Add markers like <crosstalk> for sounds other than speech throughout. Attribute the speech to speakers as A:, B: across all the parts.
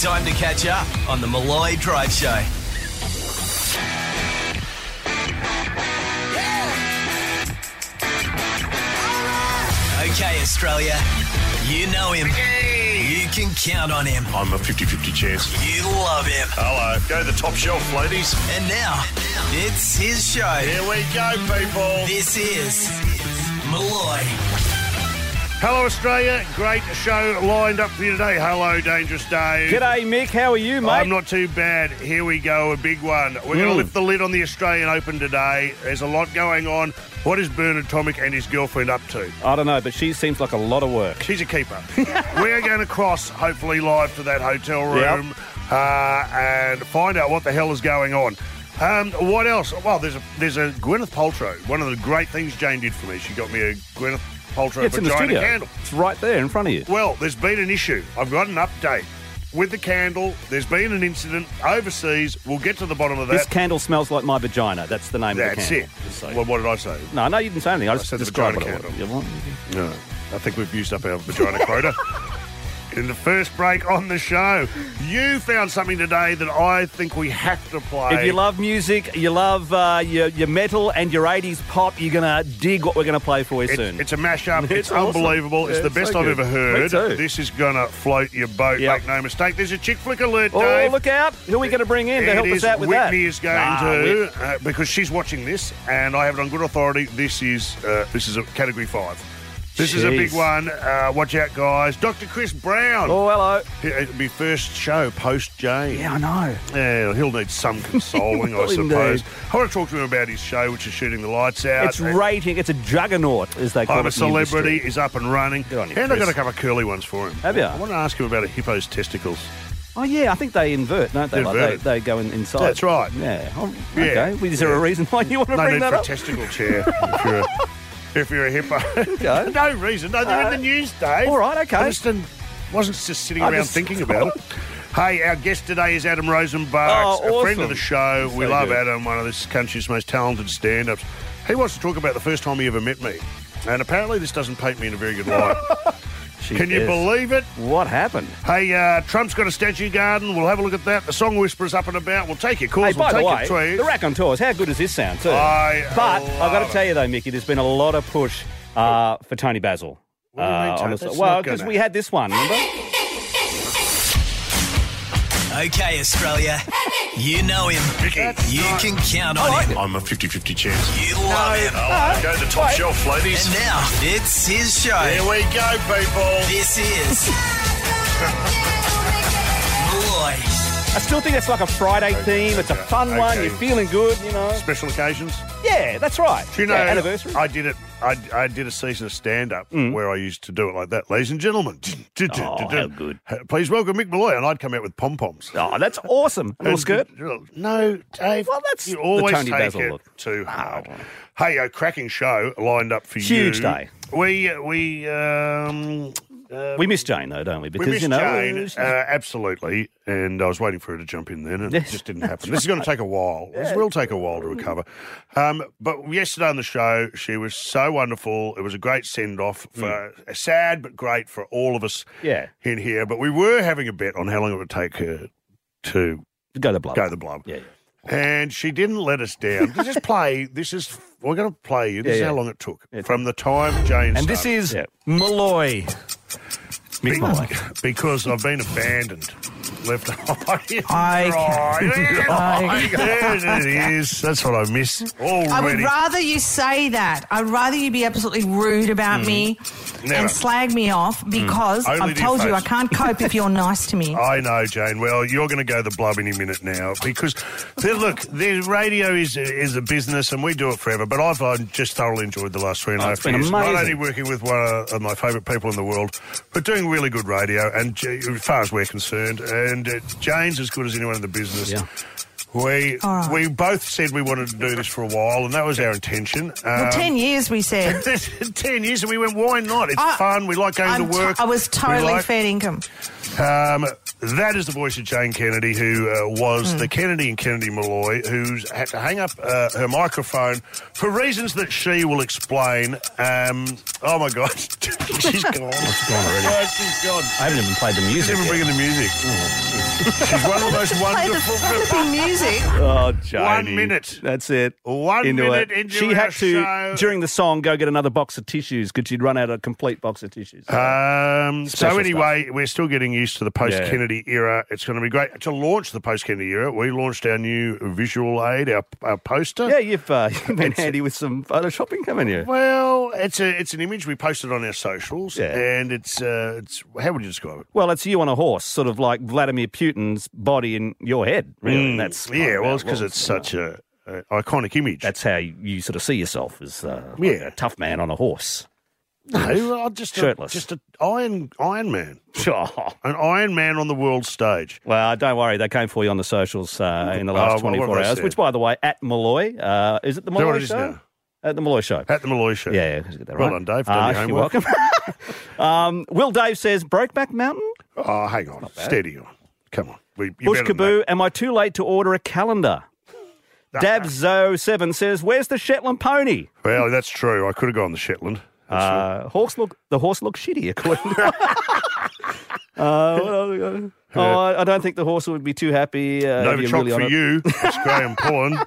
A: Time to catch up on the Malloy Drive Show. Okay, Australia, you know him. You can count on him.
B: I'm a 50 50 chance.
A: You love him.
B: Hello. Go to the top shelf, ladies.
A: And now, it's his show.
B: Here we go, people.
A: This is Malloy.
B: Hello, Australia. Great show lined up for you today. Hello, Dangerous Dave.
C: G'day, Mick. How are you, mate? Hmm.
B: I'm not too bad. Here we go, a big one. We're going to lift the lid on the Australian Open today. There's a lot going on. What is Bernard Tomic and his girlfriend up to?
C: I don't know, but she seems like a lot of work.
B: She's a keeper. <laughs> We're going to cross, hopefully, live to that hotel room uh, and find out what the hell is going on. Um, what else? Well, there's a there's a Gwyneth Paltrow. One of the great things Jane did for me, she got me a Gwyneth Paltrow
C: It's in the
B: vagina
C: studio.
B: candle.
C: It's right there in front of you.
B: Well, there's been an issue. I've got an update with the candle. There's been an incident overseas. We'll get to the bottom of that.
C: This candle smells like my vagina. That's the name of the
B: That's
C: candle.
B: it. Well, what did I say?
C: No, no, you didn't say anything. I just
B: said the
C: described what
B: vagina
C: it was. You want-
B: No, I think we've used up our vagina quota. In the first break on the show, you found something today that I think we have to play.
C: <laughs> If you love music, you love uh, your, your metal and your 80s pop, you're going to dig what we're going to play for you
B: It's-
C: soon.
B: It's a
C: <laughs>
B: mashup. It's,
C: It's awesome.
B: unbelievable. It's
C: Yeah,
B: the
C: it's
B: best
C: so
B: I've
C: good.
B: ever heard.
C: Me too.
B: This is gonna float your boat.
C: Yep.
B: Make no mistake. There's a chick flick alert,
C: oh,
B: Dave.
C: look out. Who are we going to bring in to
B: It
C: help
B: is
C: us out with that?
B: Whitney is going
C: Ah, Whit-
B: to uh, because she's watching this, and I have it on good authority. This is uh, this is a category five. This is a
C: Jeez.
B: big one. Uh, watch out, guys. Dr. Chris Brown. Uh,
C: Oh, hello.
B: It'll be first show post Jane.
C: Yeah, I know.
B: Yeah, he'll need some consoling,
C: <laughs>
B: I
C: Indeed.
B: suppose. I want to talk to him about his show, which is shooting the lights out.
C: It's rating. It's a juggernaut, as they call
B: I'm Oh, a
C: it. in the industry.
B: celebrity. Is up and running,
C: Good on you,
B: and I've got
C: Chris.
B: a couple of curly ones for him.
C: Have ya?
B: I want to ask him about a hippo's testicles.
C: Oh yeah, I think they invert, don't they?
B: They
C: Like
B: invert
C: they, they go in, inside.
B: That's right.
C: Yeah. Oh,
B: Yeah.
C: Okay. Well, is there a reason why you want to
B: No
C: bring
B: need
C: that
B: for a
C: up?
B: testicle chair if you're a, <laughs> if you're a hippo.
C: Okay.
B: <laughs> no reason. No, they're in the news, Dave.
C: all right, okay.
B: I just didn't- wasn't just sitting
C: I
B: around
C: just-
B: thinking about it. Hey, our guest today is Adam Rosenbach,
C: Oh,
B: a friend of
C: awesome.
B: the show. we
C: So
B: love
C: good.
B: Adam, one of this country's most talented stand-ups. He wants to talk about the first time he ever met me, and apparently this doesn't paint me in a very good light.
C: <laughs> She
B: Can you
C: is.
B: believe it?
C: what happened?
B: Hey, uh, Trump's got a statue garden. We'll have a look at that. The song whisperer's up and about. We'll take your calls.
C: Hey, by
B: we'll
C: the
B: take
C: way,
B: your tweets.
C: the rack on tours. How good does this sound too?
B: I
C: but
B: love
C: I've got
B: it.
C: to tell you though, Mickey, there's been a lot of push uh, for Tony Basil.
B: What do you mean,
C: uh,
B: Tony?
C: on the-
B: That's
C: well,
B: not gonna-
C: because we had this one, remember?
A: Okay, Australia, you know him. You can count on him.
B: I'm a 50 50 chance.
A: You love him.
B: I'll go to the top shelf, ladies.
A: And now, it's his show.
B: Here we go, people.
A: This is. Malloy.
C: I still think that's like a Friday theme. It's a fun
B: okay.
C: one. You're feeling good, you know.
B: Special occasions.
C: Yeah, that's right.
B: Do you know,
C: yeah, anniversary. Mm.
B: I did it. I, I did a season of stand up where I used to do it like that. Ladies and gentlemen. <laughs>
C: Oh, how good.
B: Please welcome Mick Malloy. And I'd come out with pom poms.
C: oh, that's awesome. A little skirt.
B: No, Dave.
C: Well, that's
B: you
C: the
B: always
C: Tony
B: take
C: Basil
B: it
C: look. Oh,
B: too hard. Hey, a cracking show lined up for you.
C: Huge day.
B: We we um uh,
C: We miss Jane though, don't we? Because
B: we missed
C: you know,
B: Jane,
C: she-
B: uh, absolutely, and I was waiting for her to jump in then, and it
C: Yes.
B: just didn't happen. This is going to take a while. This will take a while to recover. Um, but yesterday on the show, she was so wonderful. It was a great send off, for
C: Hmm.
B: sad but great for all of us
C: Yeah.
B: in here. But we were having a bet on how long it would take her to
C: go to blood.
B: go the blub.
C: Yeah.
B: And she didn't let us down. Let's just play. This is we're going to play you. This
C: <laughs> Yeah,
B: is
C: yeah.
B: how long it took
C: Yeah.
B: from the time Jane.
D: And this
B: started.
D: is
C: Yeah.
D: Malloy.
C: Mick Malloy.
B: because I've been abandoned. Left <laughs> Oh,
D: I
B: eye. Right.
D: I-
B: There it is. That's what I miss already.
E: I would rather you say that. I'd rather you be absolutely rude about me
B: Mm-hmm. Never. Mm.
E: and slag me off because
B: Only
E: I've
B: to
E: told
B: your
E: you I
B: face. Uh,
E: can't cope if you're nice
B: <laughs>
E: to me.
B: I know, Jane. Well, you're going to go the blub any minute now because, the- look, the radio is is a business and we do it forever. But I've, i just thoroughly enjoyed the last three and a
C: Oh,
B: half
C: it's been
B: years. Not
C: amazing.
B: only working with one of my favourite people in the world, but doing really good radio. And gee, as far as we're concerned, and uh, Jane's as good as anyone in the business.
C: Yeah.
B: We
E: All right.
B: we both said we wanted to do this for a while, and that was our intention.
E: well,
B: Um,
E: ten years we said.
B: <laughs> ten years, and we went, why not? It's
E: I-
B: fun. We like going
E: I'm
B: to
E: to-
B: work.
E: I was
B: We
E: totally
B: like-
E: fair income.
B: um, That is the voice of Jane Kennedy, who uh, was the Kennedy and Kennedy Malloy, who's had to hang up uh, her microphone for reasons that she will explain. Um, oh my God, <laughs>
C: <laughs>
B: she's gone. She's gone already. she's gone.
D: I haven't even played the
B: She's
D: music. yet. Hmm.
B: even bringing the music. she's one of those
F: Play the
B: wonderful.
F: flipping
B: <laughs>
F: music.
C: Oh, Janie.
B: minute.
C: That's it.
B: One minute into
C: She
B: our
C: had to,
B: show.
C: during the song, go get another box of tissues because she'd run out of a complete box of tissues.
B: Um, so
C: Special
B: anyway, we're still getting used to the post-Kennedy era. It's going to be great to launch the post-Kennedy era. We launched our new visual aid, our, our poster.
C: yeah, you've, uh, <laughs> you've been handy with some photoshopping, haven't you?
B: Well, it's a it's an image we posted on our socials,
C: Yeah.
B: and it's uh, it's how would you describe it?
C: Well, it's you on a horse, sort of like Vladimir Putin's body in your head, really. That's kind
B: Mm, yeah,
C: of
B: well,
C: how
B: it's because
C: was,
B: it's
C: you know.
B: such a, a iconic image.
C: That's how you sort of see yourself as uh, like
B: Yeah.
C: a tough man on a horse.
B: no, I'm just a,
C: Shirtless.
B: just an Iron Iron Man,
C: <laughs> Oh,
B: an Iron Man on the world stage.
C: Well, don't worry. They came for you on the socials uh, in the
B: Oh,
C: last
B: well, what
C: 24
B: have I
C: hours,
B: said?
C: which, by the way, at Malloy. Uh, is it the
B: that
C: Malloy
B: what it is
C: Show?
B: now?
C: At the Malloy Show.
B: At the Malloy Show.
C: yeah, yeah. Get that
B: Well
C: right.
B: done, Dave.
C: Uh,
B: Done your
C: you're
B: homework.
C: welcome. <laughs> um, Will Dave says, Brokeback Mountain?
B: Oh, hang on, steady on. Come on, we, you're
C: Bush
B: better than that.
C: Kaboo, am I too late to order a calendar? Dabzo7 says, where's the Shetland pony?
B: Well, that's true. I could have gone to Shetland.
C: Uh, horse look, the horse looks shitty,
B: <laughs>
C: according to... Uh, what else we got? oh, I- I don't think the horse would be too happy. Uh, if
B: Nova
C: you're
B: Chalk
C: really on
B: for
C: it.
B: you. It's Graham
C: <laughs>
B: Pullen.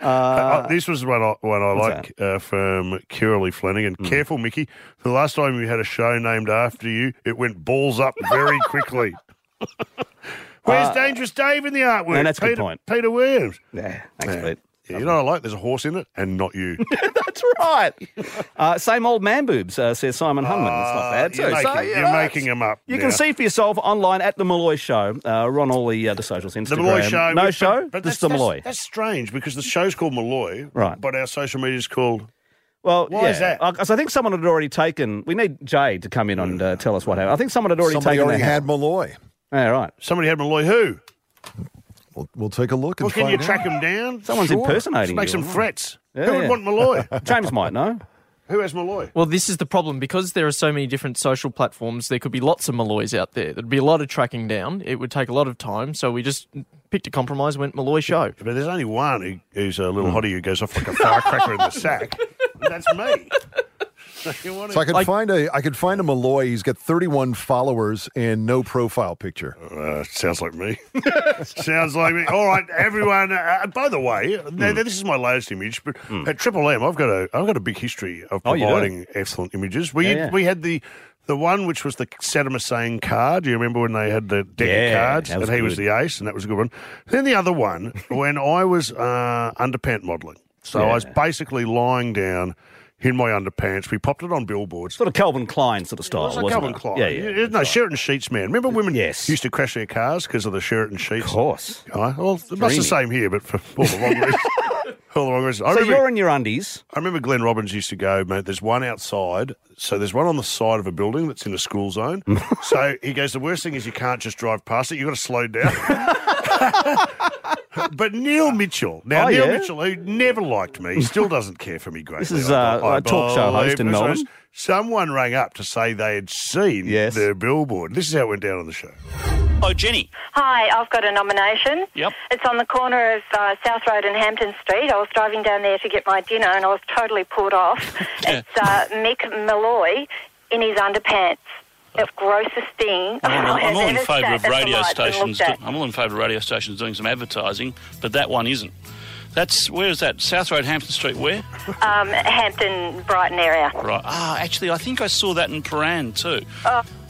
B: Uh, this was one I, one I like uh, from Kiralee Flanagan.
C: Hmm.
B: Careful, Mickey. The last time we had a show named after you, it went balls up
C: <laughs>
B: very quickly. Where's Dangerous Dave in the artwork?
C: no, Uh, that's a
B: Peter,
C: good point.
B: Peter Williams.
C: Nah, thanks,
B: Yeah.
C: Pete.
B: Yeah, you know what I like? There's a horse in it <laughs> and not you.
C: <laughs> That's
B: <laughs>
C: right. uh, same old man boobs, uh, says Simon Hunman. It's not bad, too.
B: Ah, Uh, you're making,
C: So, yeah,
B: you're
C: that's-
B: making them up.
C: You
B: now.
C: can see for yourself online at The Malloy Show. Uh, we're on all the, uh, the socials, Instagram.
B: The Malloy Show.
C: No
B: but-
C: show,
B: but that's-
C: just The
B: that's-
C: Malloy.
B: That's strange because the show's called Malloy,
C: Right.
B: but our social media's called
C: Well,
B: Why
C: yeah.
B: is that?
C: Because I think someone had already taken. We need Jay to come in and uh, tell us what happened. I think someone had already
D: Somebody
C: taken.
D: already
C: their-
D: had Malloy.
C: Yeah, right.
B: Somebody had Malloy who?
D: We'll, we'll take a look and
B: Well, can you
D: find
B: track
D: out.
B: him down?
C: Someone's impersonating.
B: Let's make
C: you.
B: some threats.
C: Yeah,
B: Who would
C: yeah.
B: want
C: <laughs>
B: Malloy?
C: James might know.
B: Who has Malloy?
G: Well, this is the problem because there are so many different social platforms. There could be lots of Malloys out there. There'd be a lot of tracking down. It would take a lot of time. So we just picked a compromise, went Malloy show.
B: But there's only one who, who's a
C: Hmm.
B: little hottie who goes off like a firecracker in the sack. And That's me. <laughs> So you want
D: So I
B: to-
D: could find a I could find a Malloy. He's got 31 followers and no profile picture.
B: Uh, sounds like me. sounds like me. All right, everyone. Uh, by the way,
C: Hmm.
B: th- this is my latest image, but at Triple M, I've got a I've got a big history of
C: Oh, you do?
B: providing excellent images. We
C: Yeah, yeah.
B: we had the. The one which was the Saddam Hussein card. Do you remember when they had the deck
C: Yeah,
B: of cards
C: that was
B: and he was
C: good.
B: the ace, and that was a good one. Then the other
C: <laughs>
B: one when I was uh, underpant modelling. So I was basically lying down in my underpants. We popped it on billboards.
C: Sort of Calvin Klein sort of style,
B: It was like
C: wasn't
B: Calvin
C: it?
B: Klein.
C: Yeah, yeah.
B: no, Sheraton Sheets, man. Remember women
C: Yes.
B: used to crash their cars because of the Sheraton Sheets?
C: Of course.
B: Guy? Well, it's much the same here, but for all the wrong
C: <laughs>
B: reasons. all the wrong reasons. I,
C: So
B: remember,
C: you're in your undies.
B: I remember Glenn Robbins used to go, mate, there's one outside. So there's <laughs> one on the side of a building that's in a school <laughs> zone. so he goes, the worst thing is you can't just drive past it. You've got to slow down. But Neil Mitchell, now
C: <laughs> Oh,
B: Neil
C: yeah?
B: Mitchell, who never liked me, still doesn't care for me greatly.
C: is,
B: I-
C: uh,
B: I
C: a talk show host
B: believe
C: in
B: this.
C: Melbourne.
B: Someone rang up to say they had seen
C: Yes.
B: their billboard. This is how it went down on the show.
H: Oh, Jenny.
I: Hi, I've got a nomination.
H: Yep.
I: It's on the corner of uh, South Road and Hampton Street. I was driving down there to get my dinner and I was totally pulled off.
J: <laughs>
I: it's uh, Mick Malloy in his underpants. The grossest thing <laughs>
J: I'm all,
I: I have
J: I'm all in
I: ever
J: favour
I: sat
J: of
I: at the
J: radio
I: lights and looked
J: stations.
I: at.
J: I'm all in favour of radio stations doing some advertising, but that one isn't. That's where is that? South Road, Hampton Street. Where?
I: Um, Hampton, Brighton area.
J: Right. Ah, actually, I think I saw that in Paran too.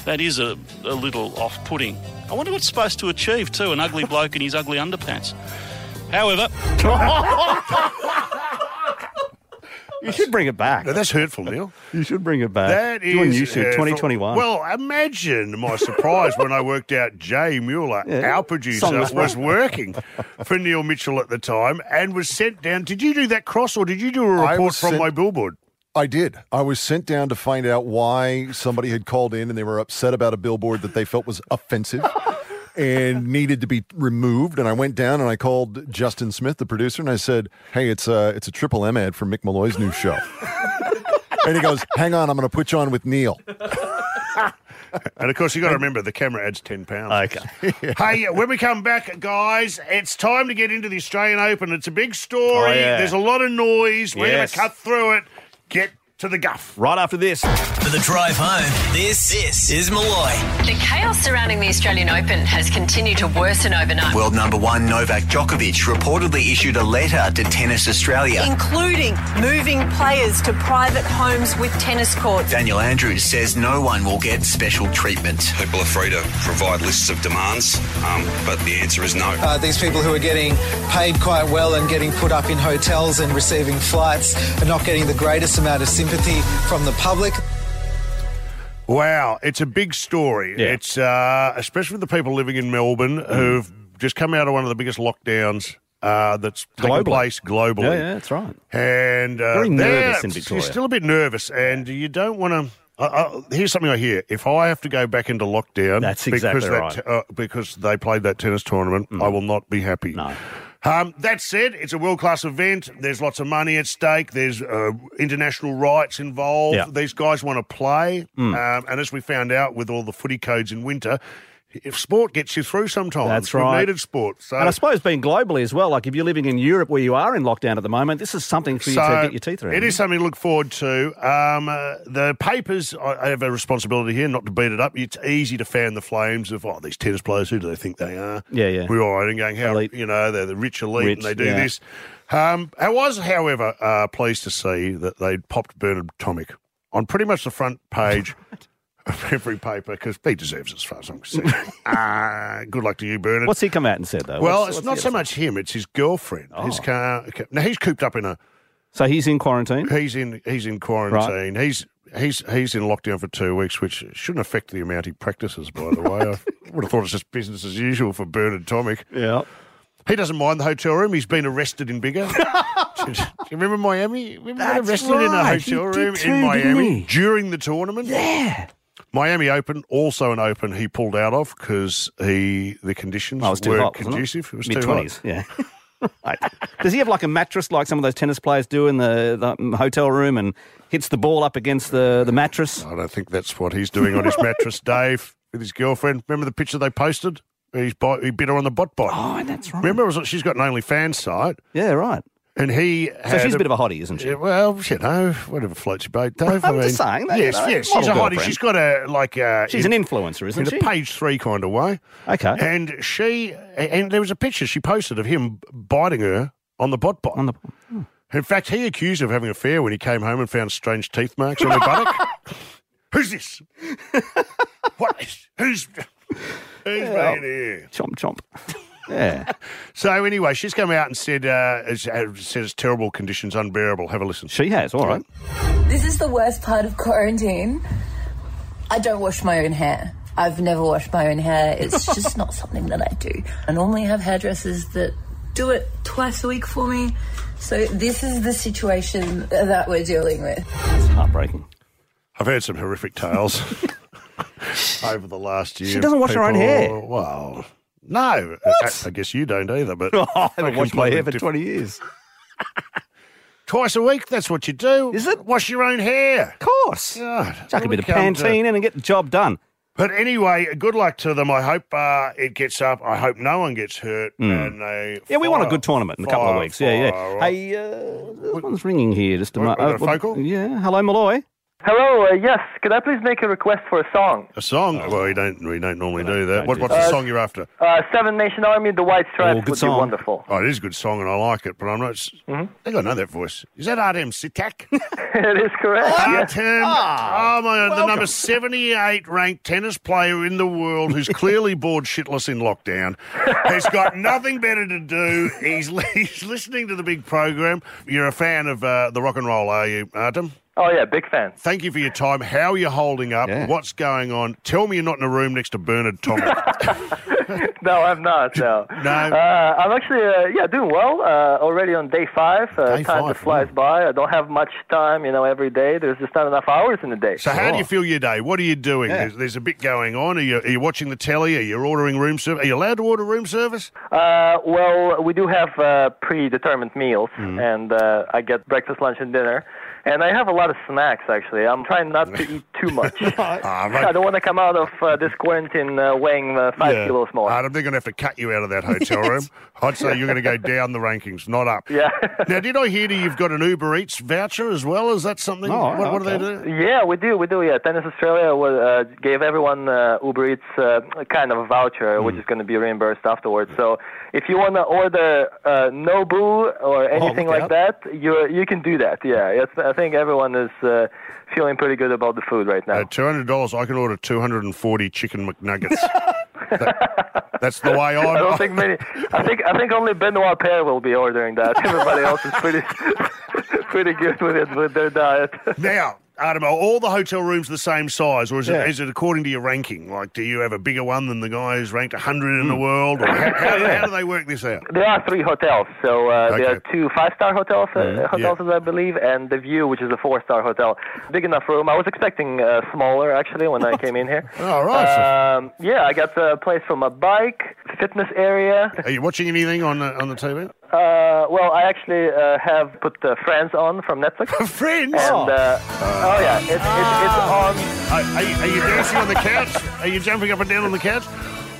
J: That is a, a little off-putting. I wonder what's supposed to achieve too. An ugly bloke in his ugly underpants. However,
C: You should bring it back.
B: Now, that's hurtful, Neil.
C: You should bring it back.
B: That is
C: Do a new shoot,
B: hurtful.
C: 2021.
B: Well, imagine my surprise when I worked out Jay Mueller,
C: Yeah.
B: our producer,
C: Song was
B: was,
C: <laughs>
B: working for Neil Mitchell at the time and was sent down. Did you do that cross or did you do a
D: I
B: report
D: was
B: from
D: sent- <laughs>
B: my <laughs> billboard?
D: I did. I was sent down to find out why somebody had called in and they were upset about a billboard that they felt was
B: <laughs>
D: offensive and needed to be removed. And I went down and I called Justin Smith, the producer, and I said, "Hey, it's a it's a Triple M ad for Mick Malloy's
B: <laughs>
D: new show." and he goes, "Hang on, I'm going to put you on with Neil."
B: <laughs> And of course, you got to remember the camera adds ten pounds.
C: Okay.
B: Hey, when we come back, guys, it's time to get into the Australian Open. It's a big story.
C: Oh, yeah.
B: There's a lot of noise. We're going
C: Yes.
B: to cut through it. Get to the guff.
C: Right after this.
A: For the drive home, this, this is Malloy.
K: The chaos surrounding the Australian Open has continued to worsen overnight,
A: World number one Novak Djokovic reportedly issued a letter to Tennis Australia.
K: including moving players to private homes with tennis courts.
A: Daniel Andrews says no one will get special treatment.
L: People are free to provide lists of demands, um, but the answer is no.
M: Uh, these people who are getting paid quite well and getting put up in hotels and receiving flights are not getting the greatest amount of sympathy from the public.
B: Wow, it's a big story.
C: Yeah. Mm.
B: It's uh, especially the people living in Melbourne who've just come out of one of the biggest lockdowns uh, that's
C: Globally.
B: taken place globally.
C: Yeah, yeah, that's right.
B: and uh,
C: Very
B: they're-
C: nervous in Victoria.
B: You're still a bit nervous, and you don't want to. Uh, uh, here's something I hear: if I have to go back into lockdown,
C: That's
B: because
C: exactly
B: that
C: right. Mm.
B: t- uh, because they played that tennis tournament, I will not be happy.
C: No.
B: Um, that said, it's a world class event. There's lots of money at stake. There's uh, international rights involved.
C: Yeah. Mm.
B: These guys want to play, um, and as we found out with all the footy codes in winter, if sport gets you through, sometimes
C: That's
B: We've
C: right.
B: Needed sport. So
C: And I suppose being globally as well, like if you're living in Europe where you are in lockdown at the moment, this is something for you to get your teeth around. eh?
B: It is something to look forward to. Um, uh, the papers, I I have a responsibility here not to beat it up. It's easy to fan the flames of, oh, these tennis players, who do they think they are?
C: Yeah, yeah.
B: We're all right and going, how,
C: Elite.
B: you know, they're the rich elite
C: Rich,
B: and they do
C: yeah.
B: this. Um, I was, however, uh, pleased to see that they popped Bernard Tomic on pretty much the front
C: <laughs>
B: page. Of every paper because he deserves it as far as I'm concerned.
C: <laughs>
B: uh, good luck to you, Bernard.
C: What's he come out and said though?
B: well,
C: Uh, What's-
B: it's
C: what's
B: not
C: the
B: so
C: other-
B: much him; it's his girlfriend. His
C: Oh.
B: car. Now he's cooped up in a
C: So he's in quarantine.
B: He's in he's in quarantine. He's he's he's in lockdown for two weeks, which shouldn't affect the amount he practices. By the
C: <laughs>
B: way, I would have thought it's just business as usual for Bernard Tomic.
C: Yeah.
B: He doesn't mind the hotel room. He's been arrested in
C: <laughs>
B: bigger. Do you remember Miami? Remember he got
C: That's
B: arrested in a
C: right.
B: hotel
C: He did
B: room
C: too,
B: in
C: didn't
B: Miami
C: he?
B: during the tournament.
C: Yeah.
B: Miami Open, also an Open, he pulled out of because he the conditions
C: Oh, it was too
B: were
C: hot. wasn't
B: conducive. It was too
C: Mid
B: hot.
C: twenties. Yeah. right. Does he have like a mattress like some of those tennis players do in the, the um, hotel room and hits the ball up against the, the mattress?
B: I don't think that's what he's doing on his mattress, Dave, with his girlfriend. Remember the picture they posted? He's bi- he bit her on the butt bite.
C: Oh, that's right.
B: Remember, it was, she's got an OnlyFans site,
C: Yeah, right.
B: and he
C: So
B: had
C: she's a bit of a hottie, isn't she?
B: Yeah, well, you know, whatever floats your boat, Dave.
C: I'm just saying that, you
B: yes,
C: know,
B: yes, she's a
C: model
B: hottie.
C: girlfriend.
B: She's got a like a.
C: She's an influencer,
B: in
C: isn't
B: a
C: she?
B: page three kind of way,
C: Okay.
B: and she and there was a picture she posted of him biting her on the butt bite.
C: On the hmm.
B: In fact, he accused her of having an affair when he came home and found strange teeth marks on her
C: <laughs>
B: buttock. Who's this? <laughs> what? Is, who's? Who's
C: Yeah.
B: been here?
C: chomp
B: <laughs>
C: chomp. Yeah.
B: So anyway, she's come out and said, uh, it's- uh, "says terrible conditions, unbearable." Have a listen.
C: She has, all right.
K: This is the worst part of quarantine. I don't wash my own hair. I've never washed my own hair. It's just not something that I do. I normally have hairdressers that do it twice a week for me. So this is the situation that we're dealing with.
C: It's heartbreaking.
B: I've heard some horrific tales <laughs> over the last year.
C: She doesn't wash her own hair.
B: Well, no, I, I guess you don't either. But
C: <laughs> I haven't
B: they're
C: washed my hair for
B: completely diff-
C: 20 years. Of
B: <laughs> twice a week. That's what you do.
C: Is it?
B: wash your own hair?
C: course.
B: God, here
C: Chuck a
B: we
C: bit of
B: come to-
C: Pantene in and get the job done.
B: But anyway, good luck to them. I hope uh, it gets up. I hope no one gets hurt. And they
C: Hmm. Yeah, we want a
B: fire-
C: good tournament in a couple of
B: fire-
C: weeks. Yeah,
B: fire
C: yeah.
B: up.
C: Hey, uh, this one's ringing here. Just a
B: What,
C: moment.
B: we got a phone call?
C: Yeah. Hello, Malloy.
M: Hello, uh, yes, could I please make a request for a song?
B: a song. well, we don't we don't normally do that.
C: don't
B: What,
C: do
B: what's the song you're after?
M: Uh, Seven Nation Army, The White Stripes
C: Oh, good
M: would
C: song.
M: be wonderful. Mm-hmm.
B: Oh, it is a good song, and I like it. But I'm not. I think I know that voice. Is that Artem Sitak?
M: it is correct. yes.
B: Artem. Oh my God, the number 78 ranked tennis player in the world, who's clearly bored shitless in lockdown, has got nothing better to do. He's <laughs> he's listening to the big program. You're a fan of uh, the rock and roll, are you, Artem?
M: Oh, yeah, big fan.
B: Thank you for your time. How are you holding up?
C: Yeah.
B: What's going on? Tell me you're not in a room next to Bernard Thomas.
M: <laughs> No, I'm not, no.
B: No.
M: Uh, I'm actually, uh, yeah, doing well. Uh, already on day five. Uh,
B: Day
M: time
B: five,
M: just flies
B: wow.
M: by. I don't have much time, you know, every day. There's just not enough hours in the day.
B: so how do you feel your day? What are you doing?
C: Yeah.
B: There's, there's a bit going on. Are you, are you watching the telly? Are you ordering room service? Are you allowed to order room service?
M: Uh,
B: Mm.
M: well, we do have uh, predetermined meals, and uh, I get breakfast, lunch, and dinner.
N: and I have a lot of snacks actually. I'm trying not to eat
B: <laughs>
N: too much.
M: <laughs>
B: Ah,
N: I don't want to come out of uh, this quarantine uh, weighing uh, five
B: Yeah.
N: kilos more.
B: Adam, they're going to have to cut you out of
M: <laughs>
B: that hotel room. I'd say you're going to go down the rankings, not up.
N: <laughs> Yeah.
B: now, did I hear that you've got an Uber Eats voucher as well? Is that something?
N: Oh,
B: what, what do they do?
N: Yeah, we do, we do. Yeah, Tennis Australia was, uh, gave everyone uh, Uber Eats uh, a kind of a voucher,
B: Hmm.
N: which is going to be reimbursed afterwards. So, if you want to order uh, Nobu or
B: Oh,
N: anything
O: look
N: like that, you you can do that. Yeah, it's, I think everyone is uh, feeling pretty good about the food right now.
B: At two hundred dollars, I can order two hundred and forty chicken McNuggets.
N: <laughs>
B: That- that's the way I'm.
N: I don't think many. I think I think only Benoit Paire will be ordering that. Everybody else is pretty <laughs> pretty good with it with their diet.
B: Now, Adam, are all the hotel rooms the same size, or is,
N: Yeah.
B: it, is it according to your ranking? Like, do you have a bigger one than the guy who's ranked 100
N: Mm.
B: in the world? Or how,
N: <laughs>
B: how, how do they work this out?
N: There are three hotels. So uh, there are two five-star hotels, uh,
B: Mm,
N: hotels I believe, and the View, which is a four-star hotel. Big enough room. I was expecting uh, smaller actually when I came in here.
B: <laughs> All right.
N: Um, yeah, I got a place for my bike, fitness area.
B: Are you watching anything on the, on the TV?
N: Uh, well, I actually uh, have put uh, Friends on from
B: <laughs>
N: Netflix.
B: Friends.
N: And, uh, oh yeah, it's, it's,
B: on.
N: it's
B: Are, are, you, are you dancing on the couch? Are you jumping up and down on the couch?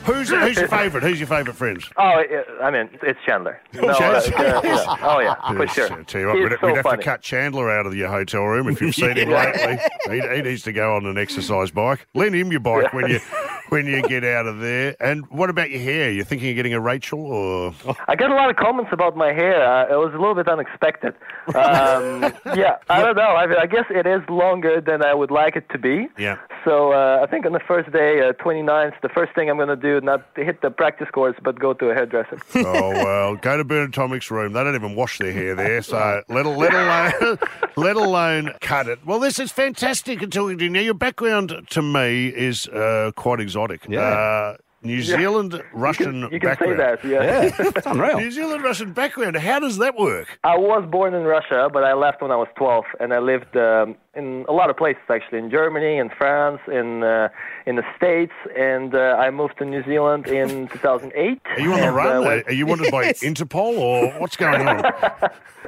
B: Who's who's
N: <laughs>
B: your favourite? Who's your favourite friends?
N: Oh, it, I mean, it's
B: <laughs>
N: Chandler. No, uh,
B: Oh, Chandler?
N: yeah,
B: <laughs>
N: yeah. Oh yeah, for
B: Yes,
N: sure.
B: I tell you what,
N: He's
B: we'd,
N: so
B: we'd have
N: funny.
B: to cut Chandler out of your hotel room if you've seen him
N: <laughs> Yeah.
B: lately. He, he needs to go on an exercise bike. Lend him your bike when you when you get out of there. And what about your hair? You're thinking of getting a Rachel or?
N: <laughs> I got a lot of comments about my hair. Uh, it was a little bit unexpected.
B: <laughs>
N: Um, yeah, I don't know. I, mean, I guess it is longer than I would like it to be.
C: Oh.
B: Yeah.
N: So uh, I think on the first day, uh, 29th, the first thing I'm going to do not hit the practice course, but go to a hairdresser.
B: oh well, go to Bernard Tomic's room. They don't even wash their hair there, so let al- let alone <laughs> let alone cut it. Well, this is fantastic. And talking to you now, your background to me is uh, quite exotic.
C: Yeah.
B: Uh, New
C: Yeah.
B: Zealand Russian
N: you can say
B: background.
N: that, yeah. Yeah, <laughs> it's unreal.
B: New Zealand Russian background. How does that work?
N: I was born in Russia, but I left when I was 12, and I lived um, in a lot of places actually, in Germany, in France, in uh, in the States, and uh, I moved to New
B: <laughs>
N: Zealand in 2008.
B: Are you on the
N: and, uh,
B: run?
N: went-
B: Are you wanted
N: <laughs>
B: by Interpol or what's going on?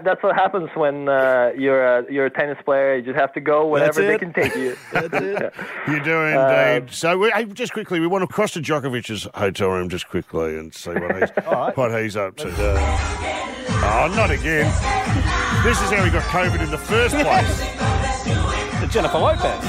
N: That's what happens when uh, you're a, you're a tennis player. You just have to go wherever
B: That's
N: they
B: it.
N: can take
B: <laughs>
N: you. <laughs>
B: You do
C: Uh,
B: indeed. so, we, hey, just quickly, we want to cross to Djokovic's hotel room just quickly and see what he's,
C: <laughs>
B: what he's up to. Oh, not again. This is how he got COVID in the first place.
C: The <laughs> Jennifer Lopez.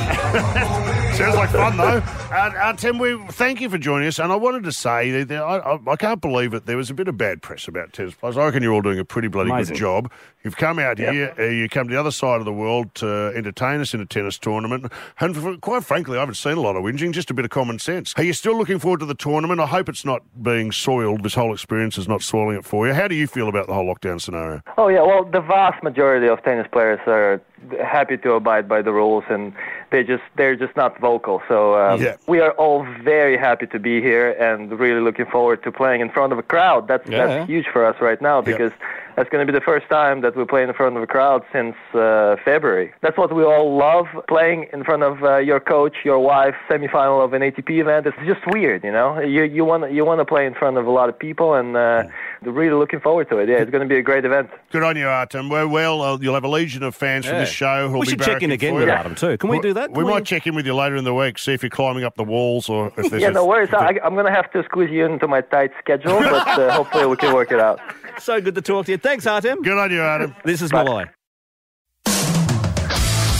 B: Sounds like fun, though. Uh, uh, Tim, we thank you for joining us. And I wanted to say that there, I, I, I can't believe it. There was a bit of bad press about tennis players. I reckon you're all doing a pretty bloody
C: Amazing.
B: good job. You've come out here, uh, you come to the other side of the world to entertain us in a tennis tournament. And for, quite frankly, I haven't seen a lot of whinging, just a bit of common sense. Are you still looking forward to the tournament? I hope it's not being soiled. This whole experience is not soiling it for you. How do you feel about the whole lockdown scenario?
N: <laughs> Oh yeah, well the vast majority of tennis players are happy to abide by the rules, and they just they're just not vocal. So um,
B: Yeah.
N: we are all very happy to be here, and really looking forward to playing in front of a crowd. That's
P: Yeah.
N: that's huge for us right now because that's going to be the first time that we're playing in front of a crowd since uh, February. That's what we all love playing in front of uh, your coach, your wife. Semi-final of an ATP event. It's just weird, you know. You you want you want to play in front of a lot of people, and uh,
C: Hmm.
N: really looking forward to it. Yeah, it's going to be a great event.
B: Good on you, Artem. Well, well uh, you'll have a legion of fans from
N: Yeah.
B: this show. Who'll
C: We
B: be
C: should check in
B: barracking
C: again
B: for
C: with
B: you.
C: Adam too. Can we do that?
B: We,
C: Can we-
B: might check in with you later in the week, see if you're climbing up the walls or
N: <laughs>
B: if there's
N: yeah,
B: a-
N: no worries. I, I'm going to have to squeeze you into my tight schedule, but
B: <laughs>
N: uh, hopefully we can work it out.
C: So good to talk to you. Thanks, Artem.
B: Good on you, Artem.
C: This is Malloy.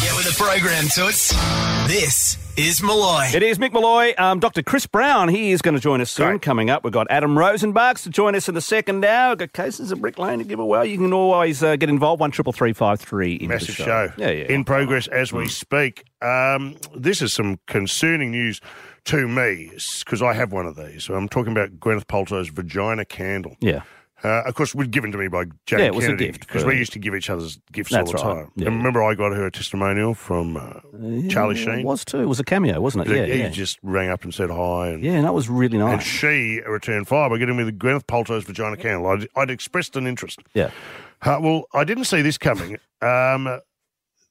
A: Get with the program, Toots. This is
C: <laughs>
A: Malloy.
C: It is Mick Malloy. Um, Dr. Chris Brown, he is going to join us soon. Coming up, we've got Adam Rosenbachs to join us in the second hour. We've got cases of Brick Lane to give away. You can always uh, get involved. One triple three five three. into
B: Massive
C: the show.
B: show.
C: Yeah, yeah.
B: In progress as
C: Mm.
B: we speak. Um, this is some concerning news to me because I have one of these. I'm talking about Gwyneth Paltrow's vagina candle.
C: Yeah.
B: Uh, of course, we're given to me by Jane
C: Yeah, it was a gift
B: because
C: for-
B: we used to give each other's gifts
C: That's
B: all the
C: right.
B: time.
C: Yeah.
B: And remember, I got her a testimonial from uh, Charlie
C: Yeah,
B: Sheen.
C: It was too. It was a cameo, wasn't it?
B: He-
C: Yeah,
B: he
C: yeah.
B: just rang up and said hi. And,
C: yeah, and that was really
B: and
C: nice.
B: she returned fire by getting me the Gwyneth Paltrow's vagina candle. I'd, I'd expressed an interest.
C: Yeah.
B: Uh, well, I didn't see this coming. Um,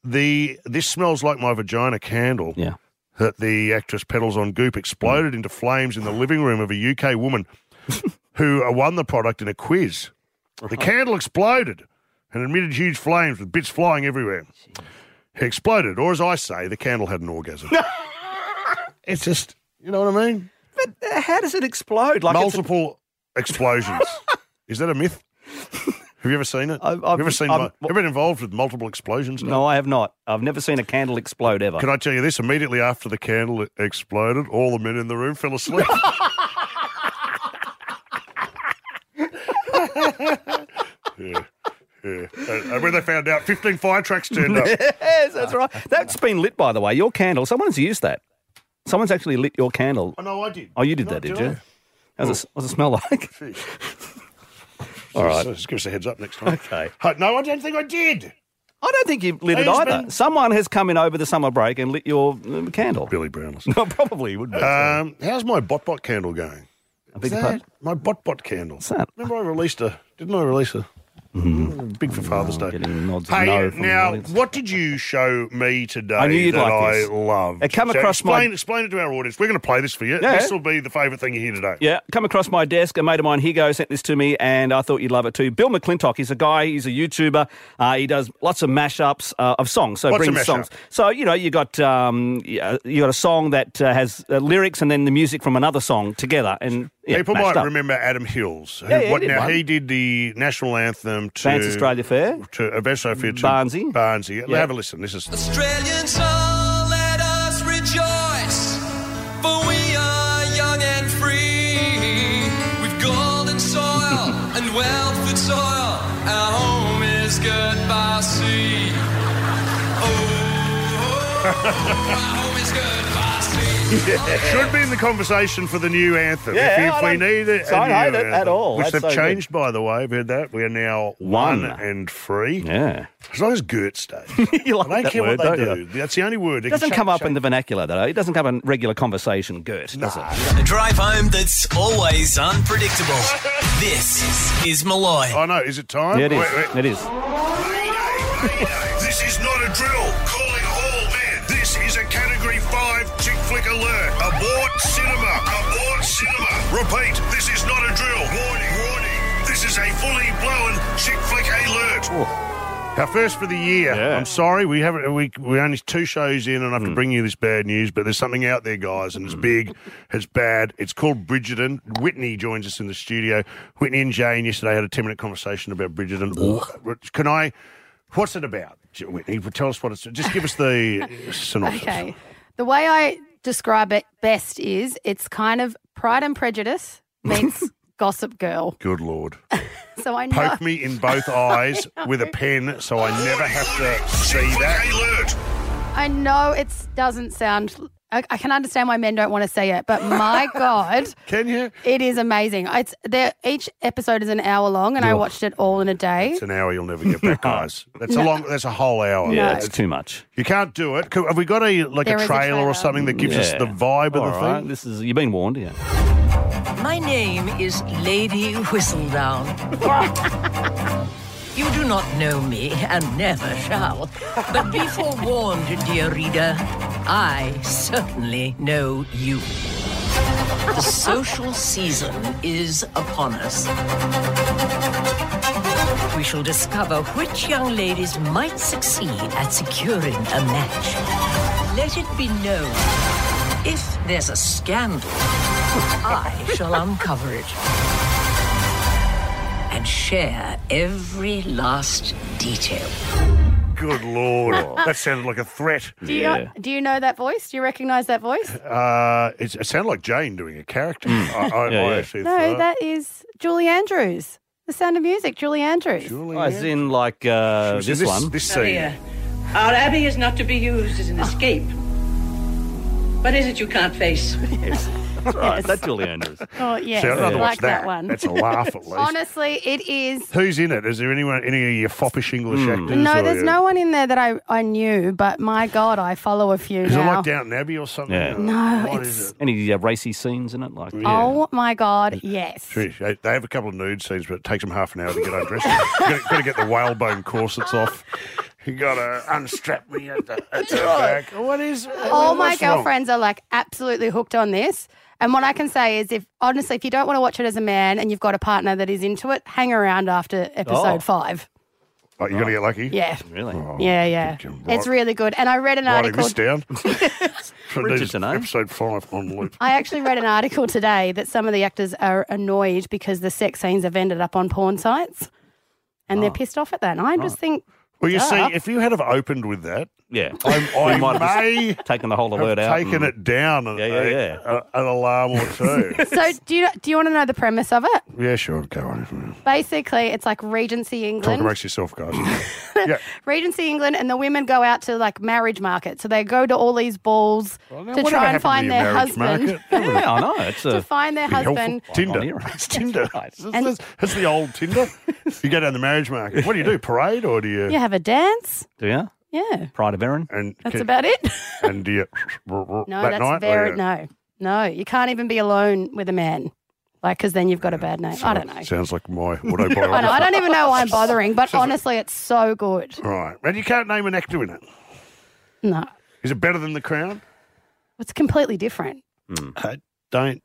B: the this smells like my vagina candle.
C: Yeah.
B: That the actress pedals on goop exploded into flames in the living room of a UK woman who uh, won the product in a quiz. The candle exploded and emitted huge flames with bits flying everywhere. He exploded, or as I say, the candle had an orgasm. it's just, you know what I mean?
C: But uh, how does it explode? Like it's a-
B: Multiple
C: <laughs>
B: explosions. Is that a myth? Have you ever seen it? I've,
C: I've-
B: you ever seen?
C: I'm-
B: mu- ever been involved with multiple explosions?
C: No, I have not. I've never seen a candle explode ever.
B: Can I tell you this? Immediately after the candle e- exploded, all the men in the room fell
C: <laughs>
B: asleep. yeah. Yeah. And and when they found out, 15 fire trucks turned up.
C: <laughs> yes, that's right. That's been lit, by the way. Your candle. Someone's used that. Someone's actually lit your candle.
B: Oh, no, I Oh. did.
C: Oh, you did that, did,
B: did
C: you? How's it, what's it smell
B: <laughs>
C: like? All right.
B: Just give us a heads up next
C: <laughs>
B: time.
C: Okay.
B: Uh, No, I don't think I did.
C: I don't think you've lit it
B: Who's
C: either.
B: been-
C: Someone has come in over the summer break and lit your um, candle.
B: Billy Brownless.
C: <laughs> No, probably would be.
B: Um, how's my bot bot candle going? I
C: beg your pardon?
B: My bot bot candle. What's
C: that? Mm-hmm.
B: Remember, I released a. Didn't I release a? Big for Father's Day.
C: Getting nods
B: Hey,
C: and no from the
B: now,
C: audience.
B: what did you show me today
C: I knew you'd
B: that
C: like
B: I
C: this.
B: love?
C: It come across my-
B: explain, Explain it to our audience. We're going to play this for you.
C: Yeah.
B: This will be the favourite thing you hear today.
C: Yeah, come across my desk. A mate of mine, Higo, sent this to me, and I thought you'd love it too. Bill McClintock, he's a guy, he's a YouTuber. Uh, he does lots of mashups uh, of songs, so
B: What's a
C: brings
B: mashup?
C: songs. So you know, you got um, y- uh, you got a song that uh, has uh, lyrics and then the music from another song together, and yeah,
B: People
C: mashed
B: might
C: up.
B: remember Adam Hills. who-
C: Yeah, yeah, he
B: what-
C: did
B: now
C: one.
B: he did the national anthem to
C: Dance Australia Fair.
B: to Adventure Fair to
C: Barnsley.
B: Barnsley.
C: Yeah.
B: Have a listen. This is <laughs>
O: Australians all let us rejoice, for we are young and free. With golden soil and wealth for soil, our home is good by sea. Oh, our home is good by sea.
B: Should be in the conversation for the new anthem.
O: Yeah,
B: if,
O: I
B: if we
O: don't-
B: need it,
O: so I
B: new
O: don't hate it at
B: anthem,
O: all.
B: Which
O: That's
B: they've
O: so good.
B: changed, by the way. I've heard that. We are now one,
C: One.
B: and free.
C: Yeah.
B: As long as Gert stays.
C: you like
B: I don't
C: that
B: care
C: word,
B: what they
C: don't
B: do.
C: you?
B: That's the only word.
C: It doesn't come up in the vernacular, though. It doesn't come up in regular conversation, Gert, does it?
A: A drive home that's always unpredictable.
B: <laughs>
A: This is Malloy.
B: I know. Oh, Is it time?
C: Yeah, it is.
B: Wait,
C: It is.
B: This is not a drill. Calling all men. This is a Category 5 chick flick alert. Abort cinema. Abort cinema. Repeat. This is not a drill. Warning, warning. This is a fully blown chick flick
L: eh,
B: alert. Our first for the year. I'm sorry, we haven't. We we're only two shows in, and I have
P: Hmm.
B: to bring you this bad news. But there's something out there, guys, and it's big, it's bad. It's called Bridgerton. Whitney joins us in the studio. Whitney and Jane yesterday had a ten minute conversation about Bridgerton. Can I? What's it about, Whitney? Tell us what it's. Just give us
P: <laughs>
B: the synopsis.
P: Okay. The way I describe it best is it's kind of Pride and Prejudice
B: <laughs>
P: meets Gossip Girl.
B: Good lord.
P: So I know.
B: Poke me in both eyes with a pen, so I never have to
P: <laughs>
B: see that.
P: I know it doesn't sound. I, I can understand why men don't want to see it,
B: <laughs>
P: but my God,
B: can you?
P: It is amazing. It's there. Each episode is an hour long, and I
B: Ugh.
P: watched it all in a day.
B: It's an hour you'll never get
C: <laughs>
B: back, guys. That's a
P: No.
B: long. That's a whole hour.
C: Yeah, it's too much.
B: You can't do it. Have we got a like
P: There
B: a
P: is a
B: trailer, or something that gives us
C: Yeah.
B: the vibe
C: All
B: of the
C: right,
B: thing?
C: This is you've been warned, yeah.
Q: My name is Lady Whistledown. you do not know me and never shall. But be forewarned, dear reader, I certainly know you. The social season is upon us. We shall discover which young ladies might succeed at securing a match. Let it be known if there's a scandal, I shall uncover it and share every last detail.
B: Good
P: <laughs>
B: lord, that sounded like a threat.
P: Do you not, do you know that voice? Do you recognize
B: <laughs>
P: that voice?
B: Uh, it's, it sounded like Jane doing a character. I, I,
C: Hmm. Yeah,
B: I
C: yeah.
B: actually
P: No,
B: thought.
P: that is Julie Andrews. The Sound of Music, Julie Andrews.
C: Oh, as in like uh,
B: So
C: this,
B: this-
C: one.
B: this
R: Maria, uh, our abbey is not to be used as an
Q: Ah.
R: escape. What is it you can't face?
C: That's right. That's Julie Andrews.
P: Oh yes,
B: See, I'd rather watch
P: I like that.
B: that.
P: one.
B: That's a laugh
P: <laughs>
B: at least.
P: Honestly, it is.
B: Who's in it? Is there anyone, any of your foppish English
C: Hmm.
B: actors?
P: No,
B: or
P: there's
B: your-
P: no one in there that I, I knew, but my God, I follow a few
B: Is it
P: now.
B: like Downton Abbey or something?
C: Yeah.
P: No,
B: What
P: it's-
B: is it?
C: Any uh, racy scenes in it? Like
P: Oh my God, yes.
B: Jeez, they- they have a couple of nude scenes, but it takes them half an hour to get undressed. <laughs> You've got to get the whalebone corsets off. You got to unstrap me at the, at the back. What is?
P: All my
B: what's wrong?
P: girlfriends are like absolutely hooked on this. And what I can say is, if honestly, if you don't want to watch it as a man and you've got a partner that is into it, hang around after episode
B: Oh.
P: five.
B: Oh, you got to get lucky. Oh,
P: Yeah.
C: Really?
P: yeah, yeah. It's really good. And I read an
B: Writing
P: article.
B: this down.
P: <laughs>
B: From these- episode five on loop.
P: I actually read an article today that some of the actors are annoyed because the sex scenes have ended up on porn sites and
B: Oh.
P: they're pissed off at that. And I just think.
B: Well, you
P: duh.
B: see, if you had have opened with that,
C: yeah,
B: I,
C: We might have
B: I may
C: taken the whole
B: have
C: alert out.
B: taken
C: and-
B: it down. Yeah,
C: yeah, yeah.
B: an alarm or
P: <laughs>
B: two.
P: so do you do you want to know the premise of it?
B: yeah, sure. Go on.
P: Basically, it's like Regency
B: Talk
P: England.
B: amongst yourself,
P: <laughs>
B: guys. yeah.
P: Regency England, and the women go out to like marriage market. So they go to all these balls to try and find their <laughs> husband.
C: yeah, I know. It's
P: to
C: a
P: find their <laughs> husband.
B: Tinder. It's <laughs> Tinder. It's, it's- it's the old Tinder. You go down the marriage market. What do you
P: <laughs>
B: do? Parade or do you?
P: You have a dance.
C: Do you?
P: Yeah.
C: Pride of Erin.
B: And
P: That's about it. <laughs>
B: And do you?
P: No,
B: that
P: that's
B: night, or
P: very
B: you-
P: no, no. You can't even be alone with a man, like because then you've got a bad name. I don't know.
B: Sounds like my
P: <laughs> I,
B: autobiography.
P: know. I don't even know why I'm bothering, but honestly, it's so good.
B: Right. And you can't name an actor in it.
P: No,
B: Is it better than The Crown?
P: it's completely different.
C: Hmm.
B: Uh, don't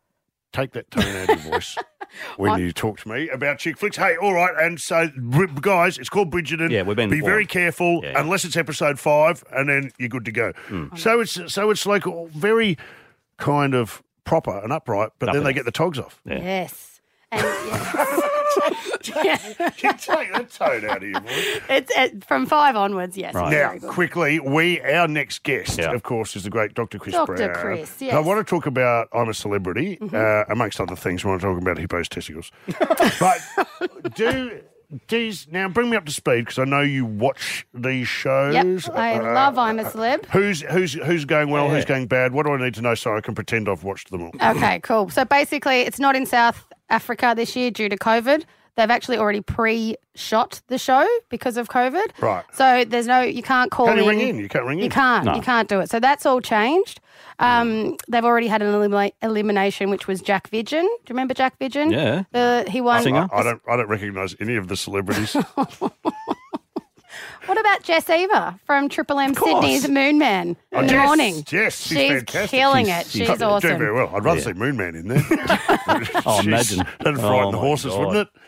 B: take that tone out of your
C: <laughs>
B: voice when you talk to me about chick flicks. Hey, all right, and so r- guys, it's called Bridgerton.
C: Yeah, we've been
B: be
C: informed.
B: very careful unless it's episode five, and then you're good to go.
C: Hmm.
B: So it's so it's like all very kind of proper and upright, but then they get the togs off.
P: Yes. And yes. Yeah. <laughs>
B: you take that tone out of your voice.
P: It's it, from five onwards. Yes. it's
B: Now,
P: very good.
B: quickly, we our next guest, of course, is the great Dr. Chris
P: Dr.
B: Brown.
P: Chris,
B: So I
P: yes. Mm-hmm.
B: want to talk about I'm a celebrity, uh, amongst other things. We want to talk about hippo's testicles, <laughs> but do. Geez, now bring me up to speed because I know you watch these shows.
P: Yep. I
B: Uh,
P: love. I'm a celeb.
B: Who's who's who's going well? Who's going bad? What do I need to know so I can pretend I've watched them all?
P: Okay, cool. So basically, it's not in South Africa this year due to COVID. They've actually already pre-shot the show because of COVID.
B: Right.
P: So there's no, you can't call
B: Can
P: in.
B: you ring in? You can't ring in.
P: You can't. You can't do it. So that's all changed. Um, They've already had an elimina- elimination, which was Jack Vidgen. Do you remember Jack Vidgen?
B: Yeah.
P: The, he won.
B: I, I don't. I don't recognise any of the celebrities.
P: What about Jess Eva from Triple M Sydney's Moon Man?
B: Oh,
P: Good
B: Jess,
P: morning.
B: Jess, she's,
P: she's
B: fantastic.
P: killing it. She's, awesome.
B: Doing very well. I'd rather see Moon Man in there.
C: Oh,
B: <laughs> Jeez,
C: imagine.
B: That'd frighten
C: Oh,
B: the
C: my
B: horses,
C: God.
B: wouldn't it?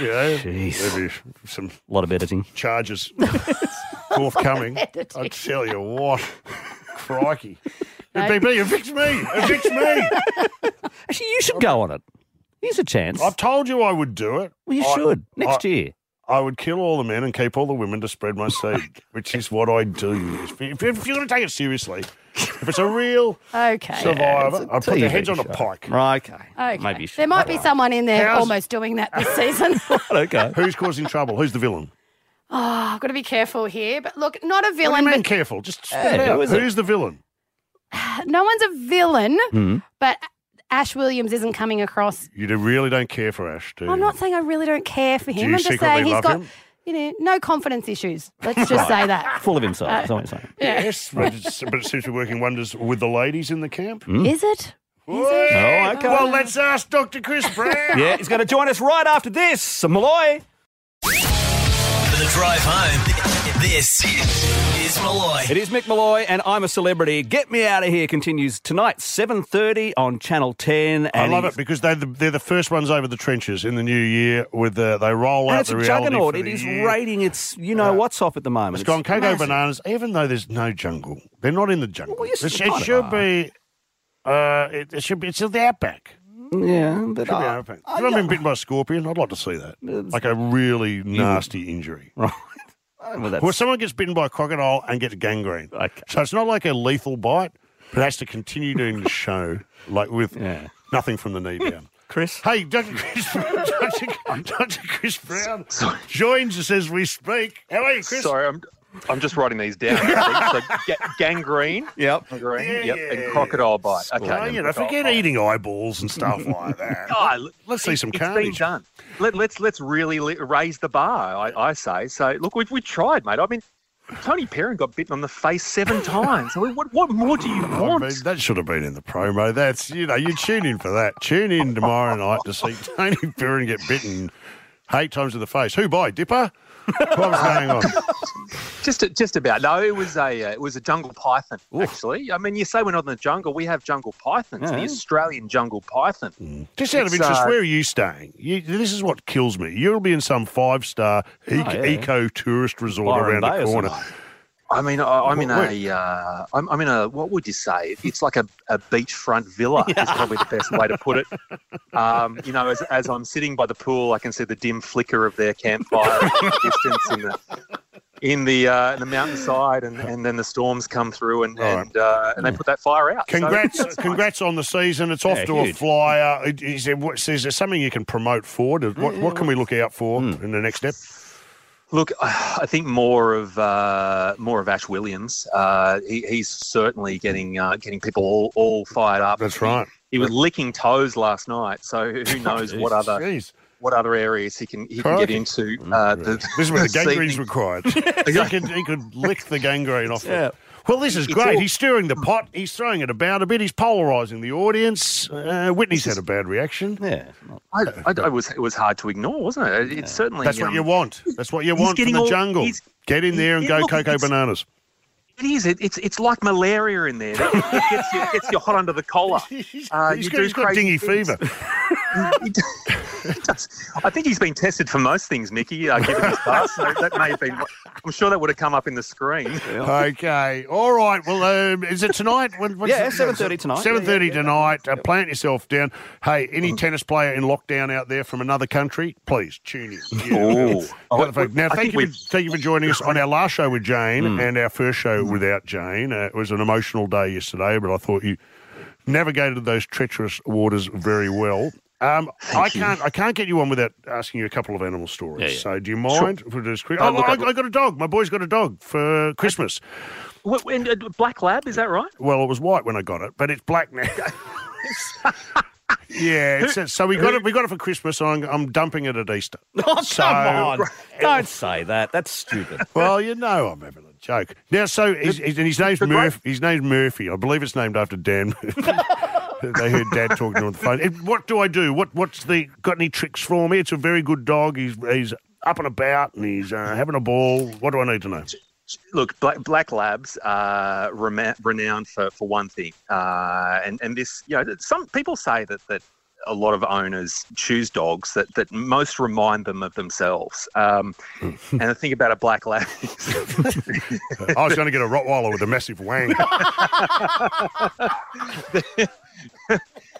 B: Yeah.
C: Jeez.
B: There'd be some
C: A lot of editing.
P: <laughs>
B: charges forthcoming.
P: Editing.
B: I tell you what. <laughs> Crikey.
P: No.
B: It'd be me. Evict me. Evict
C: <laughs>
B: me.
C: Actually, you should go on it. Here's a chance.
B: I've told you I would do it.
C: Well, you
B: I-
C: should. Next
B: I-
C: year. Oh
B: I would kill all the men and keep all the women to spread my seed, which is what I do. If, if- if you're going to take it seriously, if it's a
C: <laughs>
B: real
P: Okay.
B: survivor,
C: it's a
B: I'd put their
C: TV
B: heads on a
C: show.
B: pike.
C: Right, okay.
P: Okay.
C: Maybe you should.
P: there might be someone in there
B: How's-
P: almost doing that
B: <laughs>
P: this
C: <laughs>
P: season.
C: okay.
B: Who's causing trouble? Who's the villain?
P: Oh, I've got to be careful here. But look, not a
B: What do
P: villain.
B: you mean
P: But
B: careful? Just spit
C: Yeah,
B: it out.
C: who is it?
B: Who's the villain?
P: no one's a villain,
B: Hmm.
P: but Ash Williams isn't coming across.
B: You do- really don't care for Ash, do you?
P: I'm not saying I really don't care for
B: Do
P: him.
B: you
P: I'm just
B: secretly
P: saying he's
B: love
P: got,
B: him?
P: you know, no confidence issues.
B: <laughs>
P: Let's just
B: Right.
P: say that.
C: Full of himself.
P: Uh,
C: that's what I'm saying.
B: Yes, but, it's, but it seems to be working wonders with the ladies in the camp.
P: Is it?
C: Hmm. Oh, okay.
B: Well, let's ask Dr. Chris Brown.
C: <laughs> Yeah, he's going to join us right after this. Malloy.
A: For the drive home, this is Malloy.
C: It is Mick Malloy, and I'm a celebrity. Get me out of here continues tonight, seven thirty on Channel Ten.
B: I
C: and
B: love
C: he's-
B: it because they're the, they're the first ones over the trenches in the new year. With the, they roll
C: And
B: out
C: it's
B: the
C: a
B: reality
C: juggernaut.
B: for
C: It
B: the
C: is
B: year.
C: rating its you know what's off at the moment.
B: Uh, It's gone cocoa
C: massive.
B: bananas, even though there's no jungle. They're not in the jungle.
C: yes,
B: It's-
C: they
B: it
C: kind of
B: should
C: are.
B: be. Uh, it, it should be. It's in the outback.
C: Yeah,
B: Should
C: but
B: be
C: I-
B: outback. If I've been bitten by a scorpion, I'd like to see that. Like a really nasty injury.
C: <laughs> Right.
B: Well,
C: that's-
B: someone gets bitten by a crocodile and gets gangrene. So it's not like a lethal bite, but it has to continue doing the show like with nothing from the knee down.
C: <laughs> Chris?
B: Hey, Dr. Chris, <laughs> Dr. Dr. Chris Brown joins us as we speak. How are you, Chris?
S: Sorry, I'm I'm just writing these down. actually. so ga- gangrene.
C: Yep.
S: Gangrene.
B: Yeah,
S: yep.
B: yeah, yeah.
S: and crocodile bite. Okay. Oh.
B: Well, you know,
S: crocodile
B: forget
S: bite.
B: eating eyeballs and stuff like that.
S: <laughs> Oh, l-
B: Let's see
S: it's-
B: some
S: it's
B: carnage.
S: been done. Let, let's let's really li- raise the bar. I, I say. So look, we've we tried, mate. I mean, Tony Perrin got bitten on the face seven <laughs> times. I mean, what what more do you
B: I
S: want?
B: mean, that should have been in the promo. That's you know, you tune in for that. Tune in tomorrow night to see Tony Perrin get bitten eight times in the face. Who by Dipper? What was going on?
S: Just just about. No, it was a uh, it was a jungle python actually. I mean, you say we're not in the jungle. We have jungle pythons, the
B: Yeah.
S: Australian jungle python.
B: Just out of
S: It's,
B: interest,
S: uh,
B: where are you staying? You, this is what kills me. You'll be in some five star eco,
S: Oh, yeah.
B: tourist resort
S: Byron
B: around
S: Bay
B: the
S: or
B: corner.
S: something. I mean, I, I'm in
B: Where-
S: a, uh, I'm, I'm in a, what would you say? It's like a, a beachfront
B: <laughs>
S: villa is probably the best way to put it. Um, you know, as, as I'm sitting by the pool, I can see the dim flicker of their campfire in the distance in the, in the, uh, in the mountainside, and, and then the storms come through and, and, uh, and they put that fire out. So-
B: Congrats,
S: <laughs>
B: congrats on the season. It's off
S: Yeah,
B: to
S: huge.
B: a flyer. Is is there, what, is there something you can promote forward? What,
S: yeah,
B: what can we look out for
S: Hmm.
B: in the next step?
S: Look, <sighs> I think more of uh, more of Ash Williams. Uh, he, he's certainly getting uh, getting people all, all fired up. That's
B: right.
S: He, was licking toes last night, so
B: <laughs>
S: who knows what
B: Jeez.
S: other what other areas he can he can get
B: Crikey.
S: into. Uh, <laughs> the,
B: This is where the
S: this
B: gangrene's
S: evening.
B: required. he, could, he could lick the gangrene off. Yeah. Well, this is
S: It's
B: great.
S: all-
B: He's stirring the pot. He's throwing it about a bit. He's polarising the audience. Uh, Whitney's had a bad reaction. Yeah.
S: I, I, I was it was hard to ignore, wasn't it? It's certainly
B: That's what
S: um,
B: you want. That's what you
S: he's
B: want from
S: getting
B: the
S: all-
B: jungle.
S: he's-
B: Get in there and
S: he-
B: go
S: look,
B: cocoa
S: it's-
B: bananas.
S: It is. It, it's it's like malaria in there. It gets you, gets you hot under the collar. Uh,
B: <laughs> he's
S: you
B: got,
S: do
B: he's got
S: crazy
B: dingy
S: things.
B: fever.
S: <laughs> I think he's been tested for most things, Mickey. Uh, given his past, so that may have been. I'm sure that would have come up in the screen.
B: okay. All right. Well, um, is it tonight? When, when's
S: Yeah,
B: it-
S: 7:30 tonight.
B: Seven thirty tonight. Uh, plant yourself down. Hey, any
S: Mm.
B: tennis player in lockdown out there from another country, please tune in.
S: Oh.
B: Matter of fact, now,
S: I think
B: thank
S: Hmm.
B: you, for,
S: we've-
B: thank you for joining us on our last show with Jane and our first show without Jane. Uh, it was an emotional day yesterday, but I thought you navigated those treacherous waters very well. Um, I can't. I can't get you on without asking you a couple of animal stories. So, do you mind? if we do this quick?
S: No,
B: Oh,
S: look,
B: I,
S: I-
B: I got a dog. My boy's got a dog for Christmas.
S: What, and, uh, Black Lab, is that right?
B: Well, it was white when I got it, but it's black now. <laughs> yeah,
S: <laughs>
B: it's, it's- so we got it. We got it for Christmas, and I'm, I'm dumping it at Easter.
C: Oh, come
B: So-
C: on. Don't say that. That's stupid.
B: <laughs> Well, you know I'm having a joke. Now, so he's, he's, and his name's Murphy. His name's Murphy. I believe it's named after Dan. Murphy. <laughs> they heard Dad talking to him on the phone. And what do I do? What What's the got any tricks for me? It's a very good dog. He's he's up and about, and he's uh, having a ball. What do I need to know?
S: Look, Black, Black Labs are rema- renowned for, for one thing, uh, and and this, you know, that some people say that that a lot of owners choose dogs that that most remind them of themselves.
B: <laughs>
S: Um, and the thing about a Black Lab, <laughs>
B: I was going to get a Rottweiler with a
S: <laughs>
B: massive wang.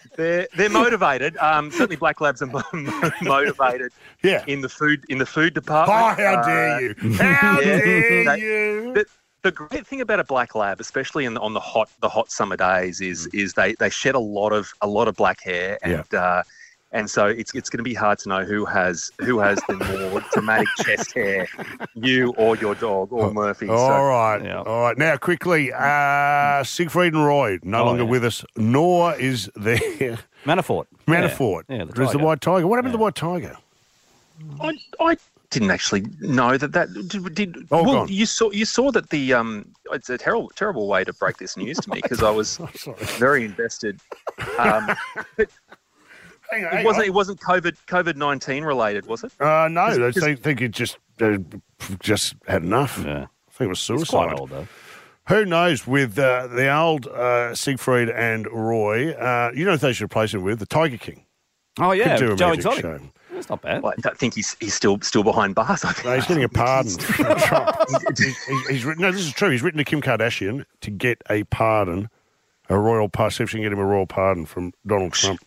S: <laughs> they're they're motivated. Um, certainly, Black Labs are <laughs> mo- mo- motivated.
B: Yeah.
S: In the food in the food
B: Oh,
S: department.
B: how
S: Uh, <laughs>
B: dare you! How
S: yeah,
B: dare
S: they-
B: you!
S: The, the great thing about a black lab, especially in the, on the hot the hot summer days, is
B: Mm.
S: is they, they shed a lot of a lot of black hair, and uh, and so it's it's going to be hard to know who has who has the
B: <laughs>
S: more dramatic chest hair, you or your dog or Murphy. so-
B: Oh, All right, all right. Now, quickly, uh, Siegfried and Roy no longer with us, nor is there
C: Manafort.
B: <laughs> Manafort.
C: Yeah, yeah, the
B: There's the
C: tiger.
B: white tiger. What happened to the white tiger?
S: I, I didn't actually know that that did. did
B: Oh,
S: well,
B: gone.
S: you saw you saw that the um, it's a terrible terrible way to break this news to me because I
B: <laughs>
S: was very invested. Um,
B: Hang on,
S: it
B: hang
S: wasn't
B: on.
S: it wasn't COVID COVID nineteen related, was it?
B: Uh, no, they
S: It's-
B: think, think it just uh, just had enough. I think it was suicide.
S: It's quite old, though.
B: Who knows? With uh, the old uh, Siegfried and Roy, uh, you know what they should replace him with the Tiger King.
C: Oh
B: yeah, do a Joe
C: Joe
B: magic Exotic.
C: Exotic.
B: show.
C: That's not bad.
S: Well, I don't think he's he's still still behind bars. I think.
B: No, he's getting a pardon.
S: <laughs>
B: from Trump. He's- he's, he's written, no, this is true. He's written to Kim Kardashian to get a pardon, a royal pardon, see if she can get him a royal pardon from Donald Trump.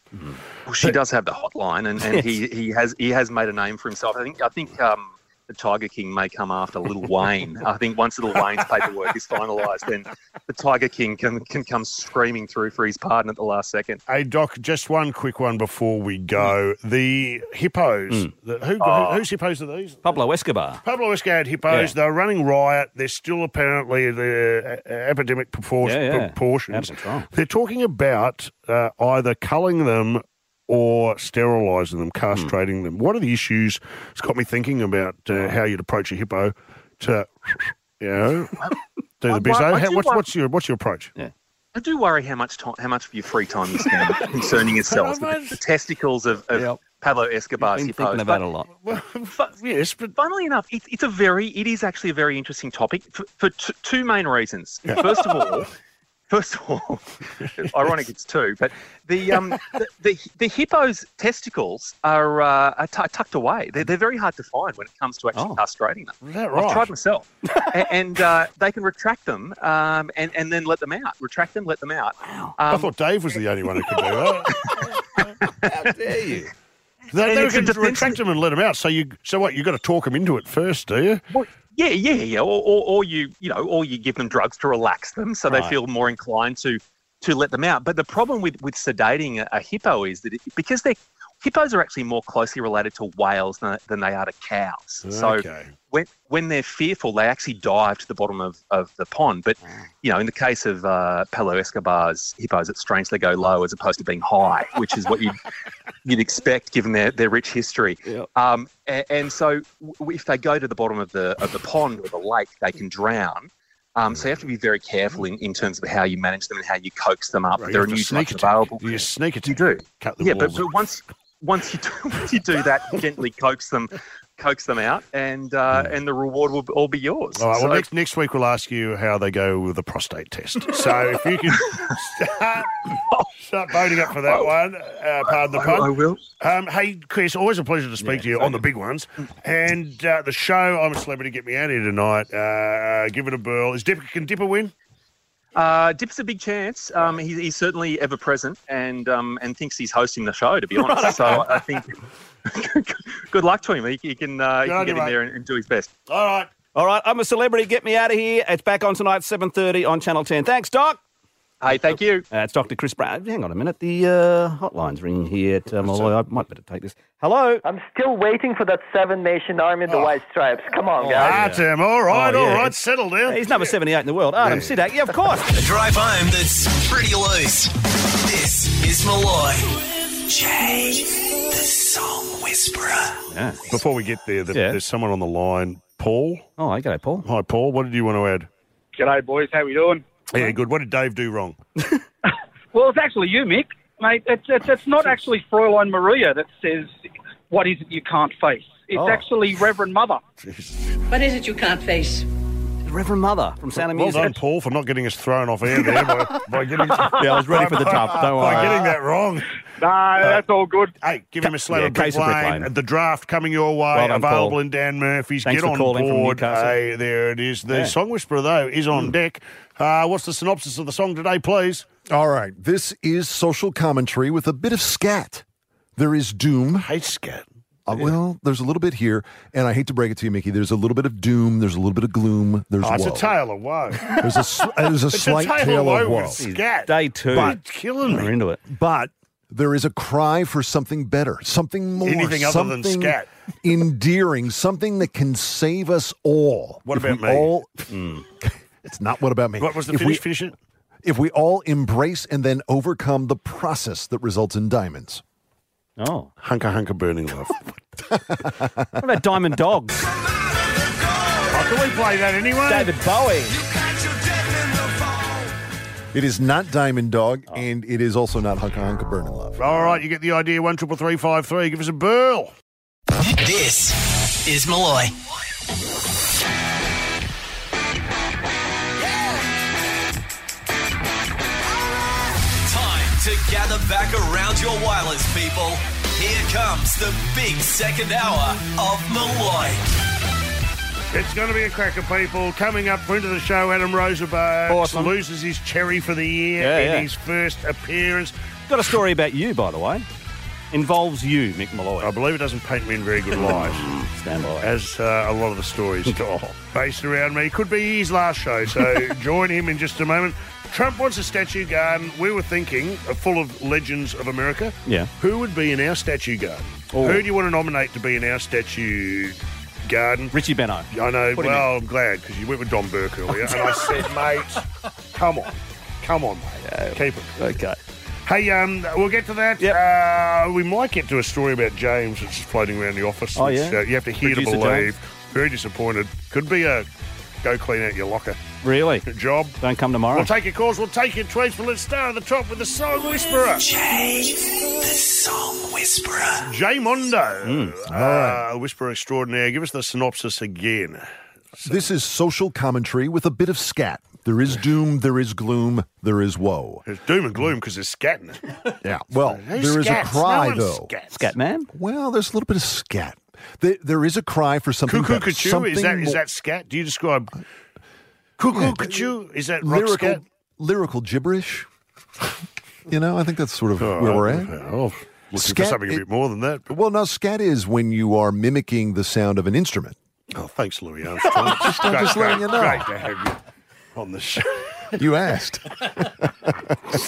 S: Well, she does have the hotline, and, and
B: <laughs>
S: he, he has he has made a name for himself. I think I think um, the Tiger King may come after Little Wayne. I think once Little Wayne's paperwork is finalised, then the Tiger King can can come screaming through for his pardon at the last second.
B: Hey, Doc, just one quick one before we go. The hippos.
C: Hmm.
B: The, who,
S: Oh.
B: who, whose hippos are these?
C: Pablo Escobar.
B: Pablo Escobar had hippos.
C: Yeah.
B: They're running riot. They're still apparently the uh, epidemic propor-
C: Yeah, yeah.
B: proportions.
C: Out of control.
B: They're talking about uh, either culling them or sterilising them, castrating them. What are the issues? It's got me thinking about uh, how you'd approach a hippo to,
S: <laughs>
B: you know, do
S: I-
B: the biz.
S: I- I
B: How-
S: do
B: what's,
S: want-
B: what's your what's your approach? Yeah.
S: I <laughs> do worry how much time, how much of your free time you spend concerning yourself, with the, the testicles of, of Pablo Escobar.
C: Been
S: you
C: thinking
S: pose.
C: about
S: But-
C: a lot.
S: <laughs> but, yes, but funnily enough, it, it's a very, it is actually a very interesting topic for, for t- two main reasons.
T: Yeah.
S: First of all, first of all, <laughs> ironic it's two, but the um the, the, the hippo's testicles are uh, are tu tucked away. They're, they're very hard to find when it comes to actually castrating them.
B: Oh. Is that
S: I've
B: right?
S: tried myself, A- and uh, they can retract them um, and and then let them out. Retract them, let them out. Um,
B: I thought Dave was the only one who could do that.
S: How dare you? <laughs>
B: They,
S: And
B: they
S: it's a
B: can
S: defense-
B: retract them and let them out. So you, so what? You got to talk them into it first, do you?
S: Yeah, yeah, yeah. Or, or, or you, you know, or you give them drugs to relax them, so
B: Right.
S: they feel more inclined to to let them out. But the problem with with sedating a, a hippo is that it, because they hippos are actually more closely related to whales than, than they are to cows. So
B: Okay.
S: when when they're fearful, they actually dive to the bottom of, of the pond. But you know, in the case of uh, Pablo Escobar's hippos, it's strange they go low as opposed to being high, which is
B: <laughs>
S: what you you'd expect given their, their rich history. Um, a- and, so w- if they go to the bottom of the of the pond or the lake, they can drown. Um, so you have to be very careful in, in terms of how you manage them and how you coax them up.
B: Right, you
S: there are
B: have to
S: new
B: sneak
S: drugs available.
B: You sneak it.
S: You do.
B: Cut the
S: yeah, but,
B: walls.
S: but once once you do, <laughs> once you do that, gently coax them coax them out, and uh, and the reward will all be yours.
B: Hmm. All right. Well,
S: So-
B: next <laughs> next week we'll ask you how they go with the prostate test.
S: <laughs>
B: So if you can start, start voting up for that one, uh, pardon the
S: I-
B: pun.
S: I will.
B: Um, hey, Chris, always a pleasure to speak to you on the big ones. And uh, the show, I'm a Celebrity, Get Me Out of Here tonight. Uh, give it a burl. Is Dipper, can Dipper win?
S: Uh, Dip's a big chance. Um, he, he's certainly ever present and um, and thinks he's hosting the show. To be honest,
B: Right,
S: so
B: okay.
S: I think good luck to him. He, he can uh, he
C: Good
S: can
C: on
S: get
C: you,
S: in
C: mate.
S: there and, and do his best.
B: All right.
C: All right, I'm a celebrity. Get me out of here. It's back on tonight, 7.30 on Channel 10. Thanks, Doc.
S: Hey, thank you.
C: Uh, it's Dr. Chris Brown. Hang on a minute. The uh, hotline's ringing here at uh, Malloy. I might better take this. Hello.
N: I'm still waiting for that Seven Nation
B: Oh.
N: Army in the White Stripes. Come on, guys.
B: Artem, Oh, all right,
C: Oh,
B: all
C: yeah.
B: right, settle down.
C: He's number 78 in the world. Adam Siddak. Yeah, of course.
A: A drive home that's pretty loose. This is Malloy. Jay, the song whisperer.
B: Before we get there, the, there's someone on the line. Paul.
C: Oh, I got Paul.
B: Hi, Paul. What did you want to add?
F: G'day, boys. How we doing?
B: Yeah, good. What did Dave do wrong?
F: Well, it's actually you, Mick. Mate, it's, it's, it's not actually Fräulein Maria that says, what is it you can't face? It's
C: Oh.
F: actually Reverend Mother.
R: What is it you can't face?
C: Reverend Mother from Sound of
B: well
C: Music.
B: done, Paul, for not getting us thrown off air there by, by getting. <laughs>
C: Yeah, I was ready for the jump, don't
B: by
C: worry.
B: getting that wrong. No,
F: that's all good.
B: Hey, give him a slam
C: yeah,
B: of brick
C: case of brick
B: lane.
C: lane.
B: The draft coming your way,
C: Well done,
B: available
C: Paul.
B: in Dan Murphy's.
C: Thanks
B: Get
C: for
B: on
C: calling from
B: board.
C: Newcastle. Hmm.
B: Hey, there it is. The
D: Yeah.
B: song whisperer though is on deck. Uh, what's the synopsis of the song today, please?
D: All right. This is social commentary with a bit of scat. There is doom.
B: hate scat.
D: Uh, well, there's a little bit here, and I hate to break it to you, Mickey. There's a little bit of doom. There's a little bit of gloom. There's
B: oh, it's
D: woe.
B: a tale of woe.
D: There's a s- <laughs> uh, there's a
B: <laughs> It's a
D: slight
B: tale of
D: tale
B: woe
D: of
B: with
D: woe.
B: scat.
C: Day two.
D: But-
B: It's killing me.
C: We're into it.
D: But there is a cry for something better, something more,
B: Anything other than
D: something
B: scat.
D: <laughs> endearing, something that can save us all.
B: What
D: If
B: about
D: we
B: me? Hmm.
D: all- it's not what about me.
B: What was the
D: If we-
B: finish? Finish it.
D: If we all embrace and then overcome the process that results in diamonds.
C: Oh.
B: Hunker, hunker, burning
D: <laughs>
B: love.
C: What about Diamond Dogs?
B: Oh, can we play that anyway?
C: David Bowie.
D: It is not Diamond Dog,
C: Oh.
D: and it is also not Hunka Hunka Burning Love.
B: All right, you get the idea. One triple three five three. Give us a burl.
A: This is Malloy. Time to gather back around your wireless, people. Here comes the big second hour of Malloy.
B: It's going to be a cracker, people. Coming up into the show, Adam Rosenberg
C: Awesome.
B: loses his cherry for the year
C: Yeah,
B: in
C: yeah.
B: his first appearance.
C: Got a story about you, by the way. Involves you, Mick Malloy.
B: I believe it doesn't paint me in very good light.
J: <laughs>
C: Stand by.
B: As uh, a lot of the stories based around me. Could be his last show,
C: <laughs>
B: so join him in just a moment. Trump wants a statue garden. We were thinking, uh, full of legends of America.
C: Yeah.
B: Who would be in our statue garden?
C: Oh.
B: Who do you want to nominate to be in our statue garden?
C: Richie Benno.
B: I know.
C: Put him
B: well, I'm glad because you went with Don Burke earlier, and
C: <laughs>
B: I said, mate, come on, come on, mate, keep it.
C: Okay.
B: Hey, um, we'll get to that. Uh, we might get to a story about James that's just floating around the office.
C: Oh,
B: It's,
C: yeah?
B: uh, you have to hear
C: Producer
B: to believe.
C: James?
B: Very disappointed. Could be a Go clean out your locker.
C: Really?
B: Good job.
C: Don't come tomorrow.
B: We'll take your calls, we'll take your tweets, but let's start at the top with the Song Whisperer.
A: Jay, the Song Whisperer.
B: Jay Mondo,
C: Mm,
B: uh, Whisperer Extraordinaire. Give us the synopsis again.
D: This is social commentary with a bit of scat. There is doom, there is gloom, there is woe.
B: It's doom and gloom because it's scatting.
D: <laughs> Yeah. Well,
B: Who
D: there is a
B: scats? No
D: cry
B: one
D: though.
B: scats.
C: Scat man.
D: Well, there's a little bit of scat. There, there is a cry for something.
B: Cuckoo
D: better,
B: Cuckoo,
D: something
B: is that is
D: more- Uh,
B: that scat? Do you describe Cuckoo Cuckoo? Is that rock
D: lyrical,
B: scat?
D: lyrical gibberish? <laughs> you know, I think that's sort of where we're at.
B: Oh, looking for something a bit more than that.
D: Well, no, scat is when you are mimicking the sound of an instrument.
B: Oh, thanks, Louis Armstrong.
D: <laughs> Just- I'm just letting you know.
B: Great to have you on
D: <laughs>
B: the show.
D: You asked.
B: <laughs> All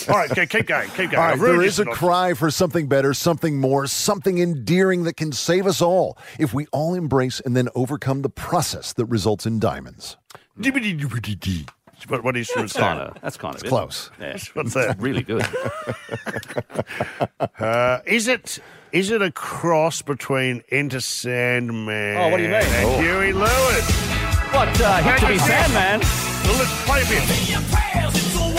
B: right, okay, keep going, keep going.
D: All right,
B: I've ruined
D: there
B: your
D: is a
B: synopsis.
D: cry for something better, something more, something endearing that can save us all if we all embrace and then overcome the process that results in diamonds.
B: Dibbidi-dibbidi-dee. What, what is
C: That's kind of. That's kind of.
D: It's
C: it.
D: close.
C: Yeah.
B: What's that?
C: Really good.
B: <laughs> Uh, is it is it a cross between Enter Sandman?
C: Oh, what do you mean?
B: And
C: Oh.
B: Huey Lewis.
C: What uh, hit to be
B: Thank you,
C: Sandman?
B: Well, let's play a bit.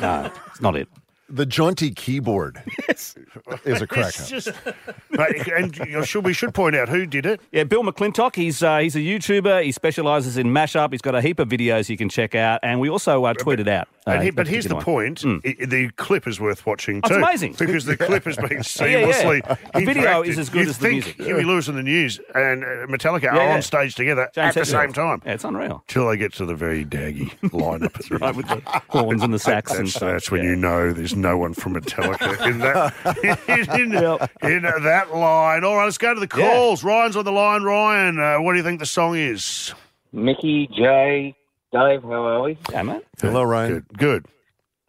C: No, it's not it.
D: The jaunty
B: <laughs>
D: keyboard is a crack
B: It's just, Right, and you know, should, we should point out who did it.
C: Yeah, Bill McClintock. He's uh, he's a YouTuber. He specialises in mashup. He's got a heap of videos you can check out, and we also uh, tweeted out. uh,
B: And he,
C: his
B: but here's the
C: particular one.
B: point: i- the clip is worth watching
C: Oh,
B: too.
C: it's amazing.
B: because the clip has been
C: <laughs> Yeah, yeah, yeah.
B: seamlessly.
C: The video
B: interacted.
C: is as good
B: You'd
C: as the
B: think
C: music.
B: Huey Lewis and the News and uh, Metallica are
C: yeah.
B: on stage together
C: James
B: at the
C: Hetfield.
B: same time.
C: Yeah, it's unreal.
B: Till they get to the very
C: <laughs>
B: daggy lineup, that's
C: Right with the horns and the sax and
B: That's,
C: stuff.
B: that's when you know there's no one from Metallica <laughs> in
C: <laughs>
B: that in, in uh, that line. All right, let's go to the
C: Yeah.
B: calls. Ryan's on the line. Ryan, uh, what do you think the song is?
T: Mickey, Jay, Dave, how are we?
C: Yeah, mate.
D: Hello, Ryan.
B: Good. good.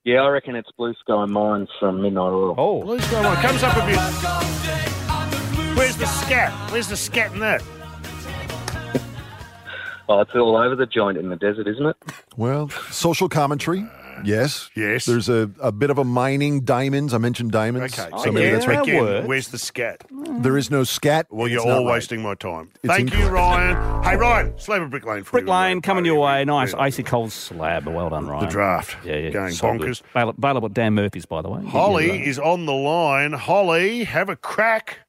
T: Yeah, I reckon it's Blue Sky Mines from Midnight Oil.
C: Oh,
B: Blue Sky Line comes up a bit. Where's the scat? Where's the scat in that?
T: Oh, it's all over the joint in the desert, isn't it?
D: Well, social commentary. Yes.
B: Yes.
D: There's a, a bit of a mining diamonds. I mentioned diamonds.
B: Okay,
C: Oh,
D: So maybe
B: again,
D: that's right.
B: again, where's the scat?
D: There is no scat.
B: Well,
D: It's
B: you're
D: not
B: all
D: right.
B: wasting my time.
D: It's
B: Thank you,
D: incorrect.
B: Ryan. Hey, Ryan, slam a brick lane for
C: Brick
B: you.
C: Lane coming your way. Nice icy cold slab. Well done, Ryan.
B: draft.
C: Yeah, yeah.
B: Going
C: so good.
B: bonkers.
C: Avail- Available at Dan Murphy's, by the way.
B: Holly is on the line. Holly, have a crack.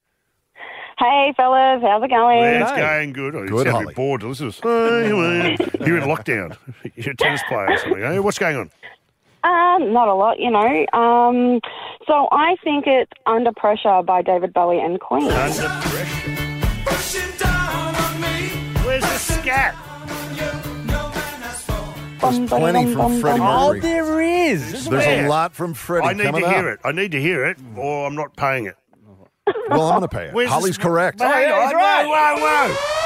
U: Hey fellas, how's it going?
B: It's going good. Oh, you
D: Good,
B: sound a
D: Holly.
B: bit bored. This is you're in lockdown. You're a tennis player or something. eh? What's going on?
U: Um, not a lot, you know. Um, so I think it's Under Pressure by David Bowie and Queen.
B: Under pressure. Where's the scat?
D: There's plenty from Freddie Mercury.
C: Oh, there is.
D: There's
B: Isn't
D: a
B: there?
D: lot from Freddie.
B: I need
D: coming
B: to hear
D: up.
B: it. I need to hear it, or I'm not paying it.
D: Well, I'm going to pay it.
B: Where's the
D: Holly's
B: scat?
D: correct.
B: Hang
C: yeah, he's
B: on.
C: right.
B: Whoa, whoa, whoa.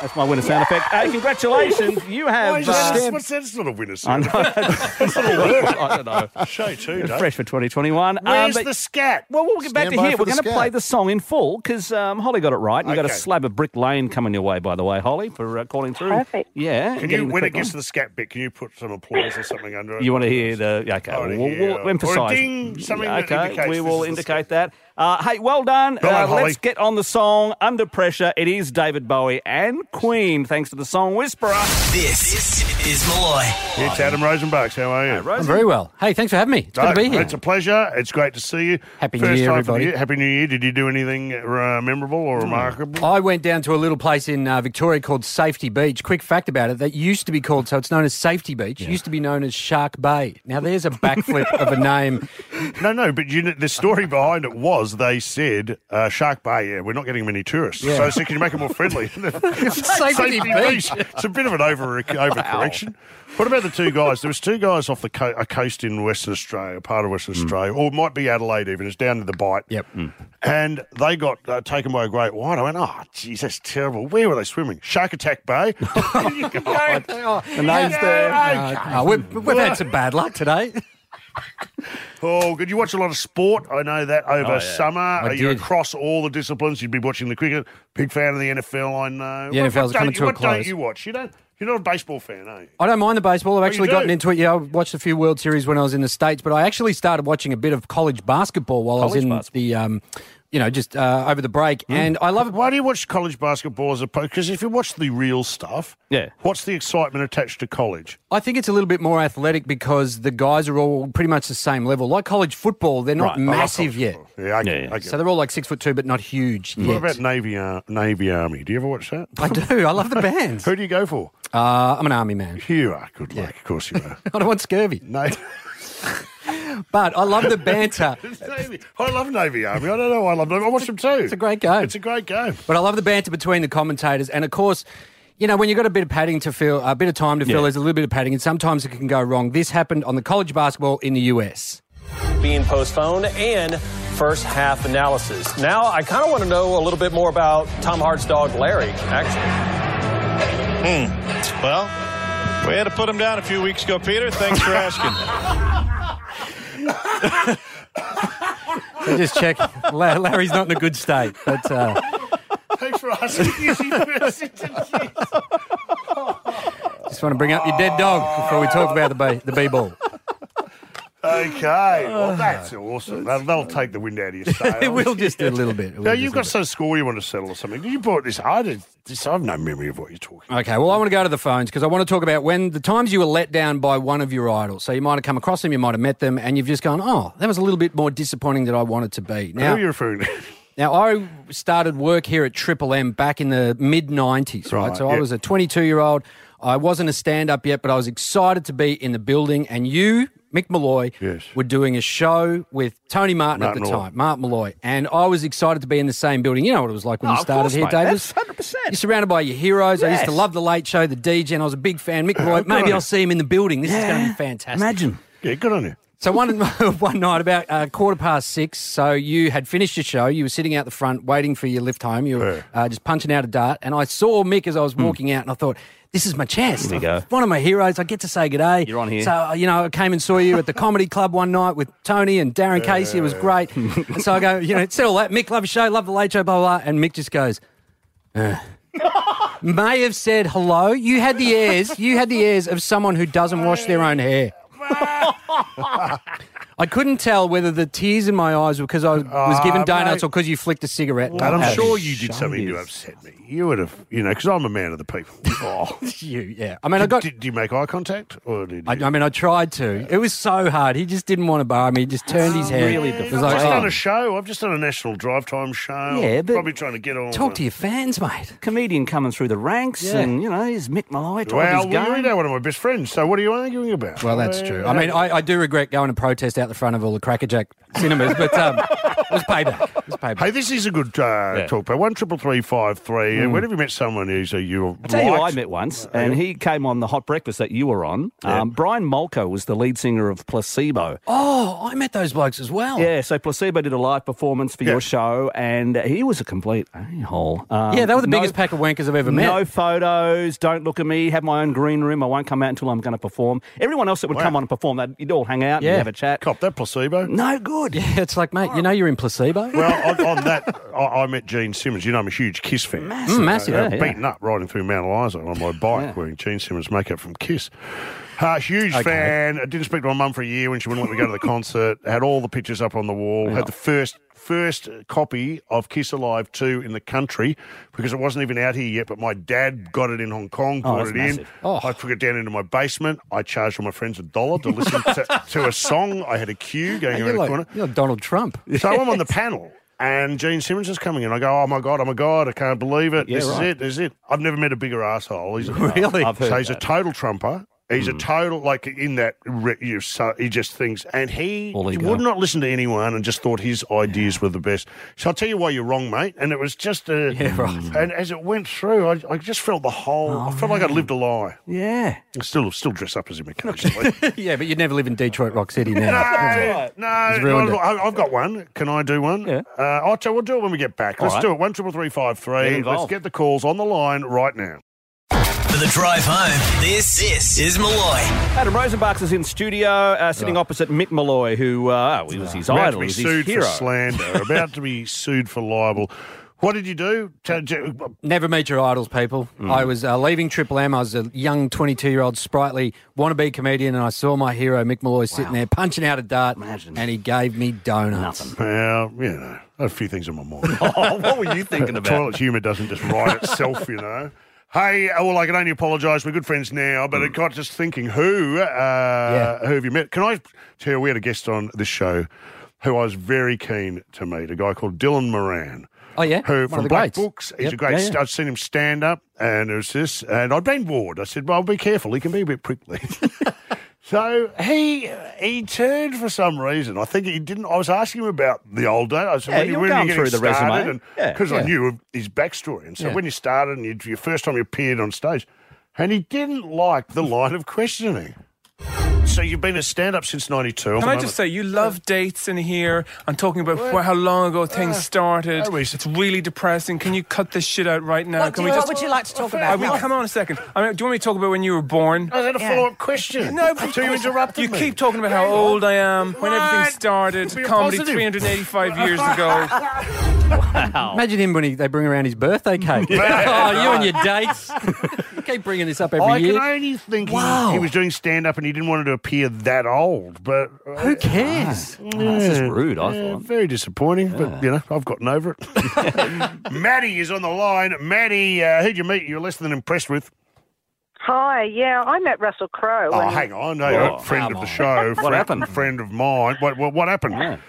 C: That's my winner sound effect.
B: <laughs>
C: Hey, congratulations. You
B: Why
C: have.
B: is that-
C: uh,
B: What's that? It's not a winner.
C: I know.
B: <laughs>
C: <laughs> I don't know.
B: Show two,
C: It's
B: Dave.
C: fresh for 2021. Um,
B: Where's
C: but-
B: the scat?
C: Well, we'll get back
D: Stand
C: to
D: by
C: here.
D: for
C: We're
D: the
C: going to
D: scat.
C: play the song in full because um, Holly got it right. You got a
B: Okay.
C: slab of brick lane coming your way, by the way, Holly, for uh, calling through.
U: Perfect.
C: Yeah. and
B: Can you,
C: getting the
B: when it
C: correct
B: gets to
C: one.
B: the scat bit, can you put some applause or something under it?
C: You want to hear the okay?
B: I wanna
C: We'll,
B: hear-
C: we'll
B: or a
C: emphasise.
B: ding, something that
C: okay,
B: indicates
C: we
B: this is
C: will
B: the
C: indicate that. Uh, hey, well done.
B: Well done,
C: uh,
B: Holly.
C: let's get on the song. Under pressure, it is David Bowie and Queen. Thanks to the song Whisperer.
A: This is Malloy.
B: It's Adam Rosenbachs. How are you?
C: Rosie.
V: Very well. Hey, thanks for having me. It's good to
B: No,
V: be here.
B: It's a pleasure. It's great to see you.
V: Happy New
B: First
V: Year,
B: time for
V: everybody.
B: the
V: Hmm.
B: year. Happy New Year. Did you do anything uh, memorable or remarkable?
V: I went down to a little place in uh, Victoria called Safety Beach. Quick fact about it: that used to be called, so it's known as Safety Beach. Used to be known as Shark Bay. Now there's a backflip of a name.
B: No, no, but you know, the story behind it was they said uh, Shark Bay, yeah, we're not getting many tourists.
V: Yeah.
B: So, so can you make it
V: <laughs>
B: more friendly?
V: Safety Beach.
B: It's a bit of an over overcorrection. What about the two guys? There was two guys off the co- a coast in Western Australia, part of Western Australia, or it might be Adelaide even. It's down to the Bight.
V: Hmm. Yep. Hmm.
B: And they got uh, taken by a great white. I went, oh, geez, that's terrible. Where were they swimming? Shark
V: <laughs>
B: Attack Bay. You go,
V: Oh, The name's there.
B: Yeah,
V: Uh,
B: okay.
V: no,
B: <laughs>
V: we've, we've had some bad luck today.
B: Oh, good. You watch a lot of sport. I know that over
V: Oh, yeah.
B: summer.
V: I
B: You're
V: did.
B: across all the disciplines. You'd be watching the cricket. Big fan of the NFL, I know.
V: The NFL's
B: don't
V: coming
B: you-
V: to a
B: What
V: close.
B: don't you watch? You don't. You're not a baseball fan, are you?
V: I don't mind the baseball. I've
B: Oh, you
V: actually
B: do?
V: gotten into it. Yeah, I watched a few World Series when I was in the States, but I actually started watching a bit of college basketball while I was
B: College Hmm.
V: in the, um, you know, just uh, over the break. And I love it.
B: Why do you watch college basketball as opposed? Because if you watch the real stuff,
V: Yeah.
B: what's the excitement attached to college?
V: I think it's a little bit more athletic because the guys are all pretty much the same level. Like college football, they're not
B: Right. I like
V: massive
B: college
V: yet.
B: Yeah, I, get- I get
V: So they're all like six foot two, but not huge
B: What
V: yet.
B: about Navy Ar- Navy Army? Do you ever watch that?
V: I do. I love the bands.
B: <laughs> Who do you go for?
V: Uh, I'm an army man.
B: You are. Good luck. Of course you are.
V: <laughs> I don't want scurvy.
B: No.
V: <laughs> but I love the
B: <laughs>
V: banter.
B: Navy. I love Navy Army. I don't know why I love them. I watch them too. It's a
V: great game.
B: It's a great game.
V: But I love the banter between the commentators, and of course, you know when you've got a bit of padding to fill, a bit of time to
B: Yeah.
V: fill, there's a little bit of padding, and sometimes it can go wrong. This happened on the college basketball in the US.
E: being postponed and first half analysis. Now, I kind of want to know a little bit more about Tom Hart's dog, Larry, actually.
W: Hmm. Well, we had to put him down a few weeks ago, Peter. Thanks for asking.
V: So <laughs> just check, <laughs> La- Larry's not in a good state. But uh,
B: Thanks for asking. Easy person to
V: just want to bring up your dead dog before we talk about the ba- the b ball.
B: Okay. Well, that's awesome. That'll, that'll take the wind
V: <laughs>
B: out of your sails.
V: It Ah. will just a little bit. It will
B: Now,
V: just
B: you've got some score you want to settle or something. You brought this. I, did, this, I have no memory of what you're talking
V: Okay, well, I want to go to the phones because I want to talk about when the times you were let down by one of your idols. So you might have come across them, you might have met them, and you've just gone, oh, that was a little bit more disappointing than I wanted to be.
B: about. Who are you referring to?
V: Now, I started work here at Triple M back in the mid 90s, right?
B: Right,
V: So I
B: yeah.
V: was a 22 year old. I wasn't a stand up yet, but I was excited to be in the building. And you, Mick Malloy, were doing a show with Tony Martin,
B: Martin
V: at the
B: Malloy.
V: time, Mark Malloy. And I was excited to be in the same building. You know what it was like when
C: Oh,
V: you
C: of
V: started
C: course,
V: here,
C: mate.
V: Davis?
C: That's 100%.
V: You're surrounded by your heroes. I used to
C: Yes.
V: love The Late Show, The DJ, and I was a big fan. Mick Malloy,
C: good on
V: maybe
C: you.
V: I'll see him in the building. This is going to be
C: Yeah.
V: fantastic.
C: Imagine.
B: Yeah, good on you.
V: So one one <laughs> night, about uh, quarter past six, so you had finished your show. You were sitting out the front waiting for your lift home. You were uh, just punching out a dart, and I saw Mick as I was walking out, and I thought, "This is my chance.
C: Here we Hmm. go.
V: One of my heroes. I get to say good day.
C: You're on here.
V: So uh, you know, I came and saw you at the comedy club one night with Tony and Darren Casey. It was
C: <laughs>
V: great. and so I go, you know, said all that. Mick, love your show, love the late show, blah blah. blah. And Mick just goes. "Uh, "Ugh." May have said hello. You had the airs. You had the airs of someone who doesn't wash their own hair. I couldn't tell whether the tears in my eyes were because I was
B: Ah,
V: given donuts
B: mate.
V: or because you flicked a cigarette.
B: and
V: at
B: I'm
V: me.
B: sure you did something to upset me. You would have, you know, because I'm a man of
V: <laughs>
B: the people. Oh.
V: you, yeah. I mean, I
B: got. Did, did you make eye contact, or did
V: I, I mean, I tried to. It was so hard. He just didn't want to bar me. He just turned his head.
B: Really
V: It
B: difficult.
V: was
B: I've
V: like,
B: just done
V: oh,
B: a show. I've just done a national drive time show.
V: Yeah,
B: I'm
V: but
B: probably trying to get on.
V: talk to your fans, mate.
C: Comedian coming through the ranks,
V: Yeah.
C: and you know, he's Mick Malloy. top of
B: Well,
C: his
B: well,
C: game.
B: you're now one of my best friends. So what are you arguing about?
V: Well, that's true. I mean, I, I do regret going to protest out the front of all the Crackerjack cinemas, but um, <laughs> it was payback. It was payback.
B: Hey, this is a good uh, talk. But one triple three five three.
V: Hmm.
B: And
C: Mm.
B: whenever you met someone who's a you,
C: I tell you, who I
B: liked-
C: met once, and he came on the hot breakfast that you were on. Um, Brian Molko was the lead singer of Placebo.
V: Oh, I met those blokes as well.
C: Yeah, so Placebo did a live performance for your show, and he was a complete a-hole. Um,
V: yeah, they were the
C: no-
V: biggest pack of wankers I've ever met.
C: No photos. Don't look at me. Have my own green room. I won't come out until I'm going to perform. Everyone else that would come on and perform, that you'd all hang out. and
V: Yeah.
C: you'd have a chat.
B: Cop that placebo.
C: No good.
V: Yeah, it's like, mate, you know you're in placebo.
B: Well, on, on that, I, I met Gene Simmons. You know, I'm a huge Kiss fan.
V: Massive. Mm, massive, yeah, yeah.
B: Beaten up riding through Mount Eliza on my bike wearing Gene Simmons makeup from Kiss. Uh, huge fan. I didn't speak to my mum for a year when she wouldn't let me go to the concert. Had all the pictures up on the wall. Had the first first copy of Kiss Alive 2 in the country because it wasn't even out here yet, but my dad got it in <laughs> Hong Kong,
W: Oh,
B: brought
W: that's
B: it in.
W: massive.
B: I took it down into my basement. I charged all my friends a dollar to listen to,
V: <laughs>
B: to a song. I had a queue going
V: You're
B: around the
V: like,
B: corner.
V: you're like Donald Trump.
B: <laughs> So
V: <laughs>
B: I'm on the panel, and Gene Simmons is coming in. I go, oh my god, oh my god, I can't believe it.
V: Yeah,
B: this
V: right.
B: is it. This is it. I've never met a bigger asshole. He's
V: Really? I've heard
B: so he's a
V: that.
B: total trumper. He's a total like in that re- you so he just thinks, and he
V: All ego.
B: would not listen to anyone, and just thought his ideas were the best. So I'll tell you why you're wrong, mate. And it was just a yeah, right. And as it went through, I, I just felt the whole. I felt like I lived a lie.
C: Yeah.
B: I still still dress up as him occasionally.
V: <laughs> yeah, but you'd never live in Detroit Rock
B: <laughs>
V: City now.
B: No, no,
V: He's ruined
B: no,
V: it.
B: I- I've got one. Can I do one? Yeah. Uh, I'll tell, we'll do it when we get back.
W: All
B: Let's
W: right.
B: do it. One triple three five
W: Get
B: three. Let's
W: involved.
B: get the calls on the line right now.
A: For the drive home, this, this is Malloy.
C: Adam Rosenbach's is in studio, uh, sitting opposite Mick Malloy, who uh, oh, he was his
B: About
C: idol,
B: to be
C: he's his
B: sued
C: hero. <laughs>
B: for slander. about to be sued for libel. What did you do? Hmm. To, to-
V: Never meet your idols, people. I was uh, leaving Triple M. I was a young 22 year old sprightly wannabe comedian, and I saw my hero, Mick Malloy, sitting there punching out a dart, and he gave me donuts.
B: well, you know, a few things on my mind.
C: <laughs> oh, what were
B: <laughs>
C: you thinking about?
B: Toilet humour doesn't just
C: <laughs>
B: write itself, you know. Hey, uh, well, I can only apologise. We're good friends now, but it
C: Mm.
B: got just thinking who, uh, who have you met? Can I tell you, we had a guest on this show who I was very keen to meet, a guy called Dylan Moran.
V: Oh, yeah? One
B: Who
V: of
B: from
V: the
B: Black
V: greats.
B: Books. He's
V: Yep.
B: a great.
V: Yeah, yeah.
B: st- I've seen him stand up, and it was this, and I'd been bored. I said, "Well, be careful. He can be a bit
C: <laughs>
B: prickly." So he he turned for some reason. I think he didn't. I was asking him about the old days. I said,
C: Yeah,
B: when,
C: you
B: you-
C: were
B: when
C: going
B: you getting
C: through the resume.
B: started,
C: Yeah,
B: because I
C: yeah.
B: knew his backstory. And so
C: Yeah.
B: when you started and you, your first time you appeared on stage, and he didn't like the line of questioning. So you've been a stand-up since '92.
X: Can I just say, you love dates in here and talking about wh- how long ago things
B: Uh,
X: started. It's really depressing. Can you cut this shit out right now?
Y: What,
X: Can
Y: do you, what would you like to talk about?
X: I will, come on a second. I mean, do you want me to talk about when you were born?
B: I had Oh, a follow-up question.
X: No,
B: until you interrupted
X: You
B: me.
X: keep talking about how old I am,
B: <laughs>
X: when everything
B: What?
X: started,
B: Be
X: comedy
B: positive.
X: 385
B: <laughs>
X: years <laughs> ago.
V: Imagine him when he, they bring around his birthday cake.
B: <laughs> Yeah.
V: <laughs> oh, you and your dates. you keep bringing this up every
B: I
V: year.
B: can only think he-
V: Wow.
B: he, was doing stand-up and he didn't want it to appear that old. But uh, Ah,
V: Who cares?
C: this is rude, I
B: Yeah,
C: thought.
B: Very disappointing, but you know, I've gotten over it. <laughs> Maddie is on the line. Maddie, uh, who'd you meet? You're less than impressed with.
Z: Hi, yeah, I met Russell Crowe.
B: Oh,
Z: and-
B: hang on, no,
Z: Oh,
B: a friend of the show.
C: What
B: friend-
C: happened?
B: Friend of mine. What? What, what happened?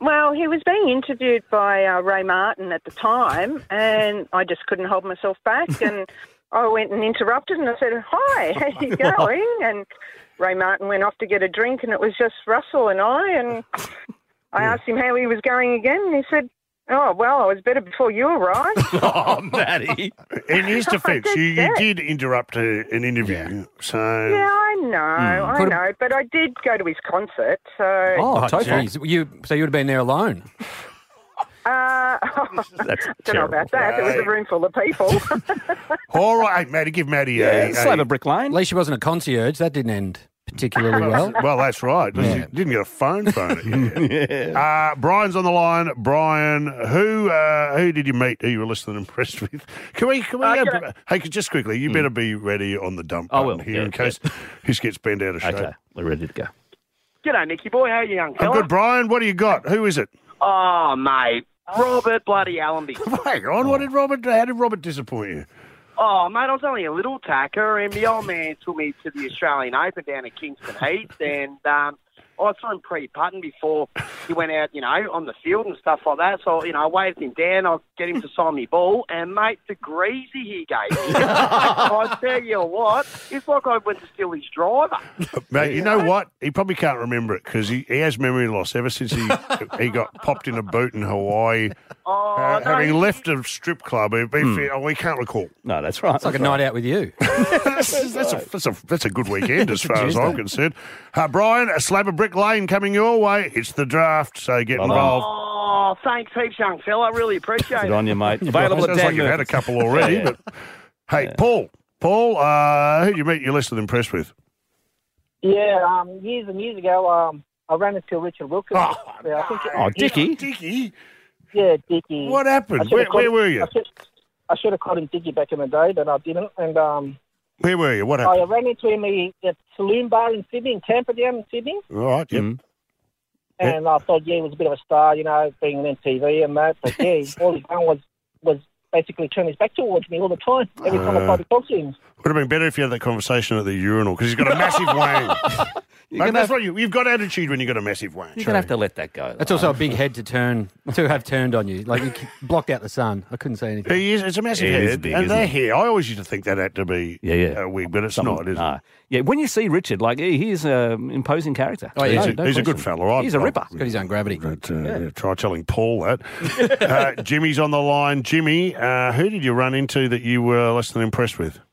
Z: Well, he was being interviewed by uh, Ray Martin at the time, and I just couldn't hold myself
B: <laughs>
Z: back, and I went and interrupted, and I said, "Hi,
B: <laughs>
Z: how you going?" And Ray Martin went off to get a drink, and it was just Russell and I, and I asked him how he was going again, and he said. Oh well, I was better before you arrived.
B: <laughs>
C: oh, Maddie.
B: In his defence, you, you
Z: that.
B: did interrupt a, an interview, so
Z: yeah, I
B: Hmm.
Z: know, I
V: Put a-
Z: know, but I did go to his concert. So
V: Oh, totally.
Z: Uh,
V: So You, so you would have been there alone.
Z: Uh, <laughs> I don't know about that. It was a room full of people.
B: All right, Maddie, give Maddie a- a.
V: slab of
C: brick lane.
V: At least she wasn't a concierge. That didn't end particularly well.
B: <laughs> well, that's right. You didn't get a phone phone. at
C: <laughs>
B: you. Uh, Brian's on the line. Brian, who uh, who did you meet? Who you were less than impressed <laughs> with? Can we? Can we?
Z: Uh,
B: go-
Z: can I-
B: hey, just quickly, you
C: Hmm.
B: better be ready on the dump button here in case <laughs> this gets bent out of shape.
C: Okay, we're ready to go.
Z: G'day, Nicky boy. How you, young
B: I'm good, Brian. What do you got? Who is it?
Z: Oh, mate. Robert bloody
B: <laughs>
Z: Allenby.
B: Hang on.
C: Oh.
B: What did Robert? How did Robert disappoint you?
Z: Oh, mate, I was only a little tacker, and the old man took me to the Australian Open down at Kingston Heath, and um, I saw him pre-putting before he went out, you know, on the field and stuff like that. So, you know, I waved him down, I get him to sign me ball, and mate, the greasy he
C: <laughs>
Z: gave me. I tell you what, it's like I went to steal his driver.
B: Mate, you know what? He probably can't remember it because he, he has memory loss ever since
C: <laughs>
B: he he got popped in a boot in Hawaii,
Z: Oh,
B: uh,
Z: no,
B: having
Z: he-
B: left a strip club. If, if he- oh, we can't recall.
C: Hmm. No, that's right.
V: It's like a night out with you.
B: that's, <laughs> that's, <laughs> a, that's, a, that's a good weekend as far as I'm
V: Tuesday.
B: concerned. Uh, Brian, a slab of brick lane coming your way. It's the draft, so get involved.
Z: Oh, thanks heaps, young fella. I really appreciate
C: Good
Z: it.
C: on you, mate. Available at
B: Sounds like
C: Dan
B: you've had a
C: Murphy's.
B: couple already.
C: <laughs> Yeah.
B: but Hey, Paul, Paul, uh, who do you meet you're less than impressed with?
Y: Yeah, um, years and years ago, um, I ran into Richard Wilkins. yeah, I think
C: Oh, Dickie.
B: Dickie?
Y: Yeah, Dickie.
B: What happened?
Y: I should've
B: Where-
Y: called-
B: where were you?
Y: I should, I should have called him Dickie back in the day, but I didn't. And um,
B: Where were you? What
Y: I
Z: Oh,
B: happened?
Y: ran into him he- at Saloon Bar in Sydney, in Tampa down in Sydney.
B: All right, yep.
Y: And I thought, yeah, he was a bit of a star, you know, being on MTV and that.
B: <laughs>
Y: But yeah, all he done was, was basically turn his back towards me all the time, every time I
B: Uh.
Y: tried to talk to him.
B: Would have been better if you had that conversation at the urinal because he's got
V: <laughs>
B: a massive wang. Mate, that's what you, you've got attitude when you've got a massive wang.
V: You're gonna have
C: to let that go.
V: That's also a big head to turn to have turned on you. Like you <laughs> k- blocked out the sun. I couldn't see anything.
B: He is, it's a massive
V: It
B: head,
V: is big,
B: and
V: isn't
B: they're
V: it?
B: here. I always used to think that had to be
C: Yeah, yeah.
B: a wig, but it's not, is
C: Nah. Yeah, when you see Richard, like he he is an imposing character.
B: it? he's, a, he's a good
C: Oh, question.
B: fellow. I-
C: He's a
B: I-
C: ripper.
B: He's got his own gravity. But, uh, yeah, Try telling Paul that. uh, Jimmy's on the line. Jimmy, uh, who did you run into that you were less than impressed with?
T: <laughs>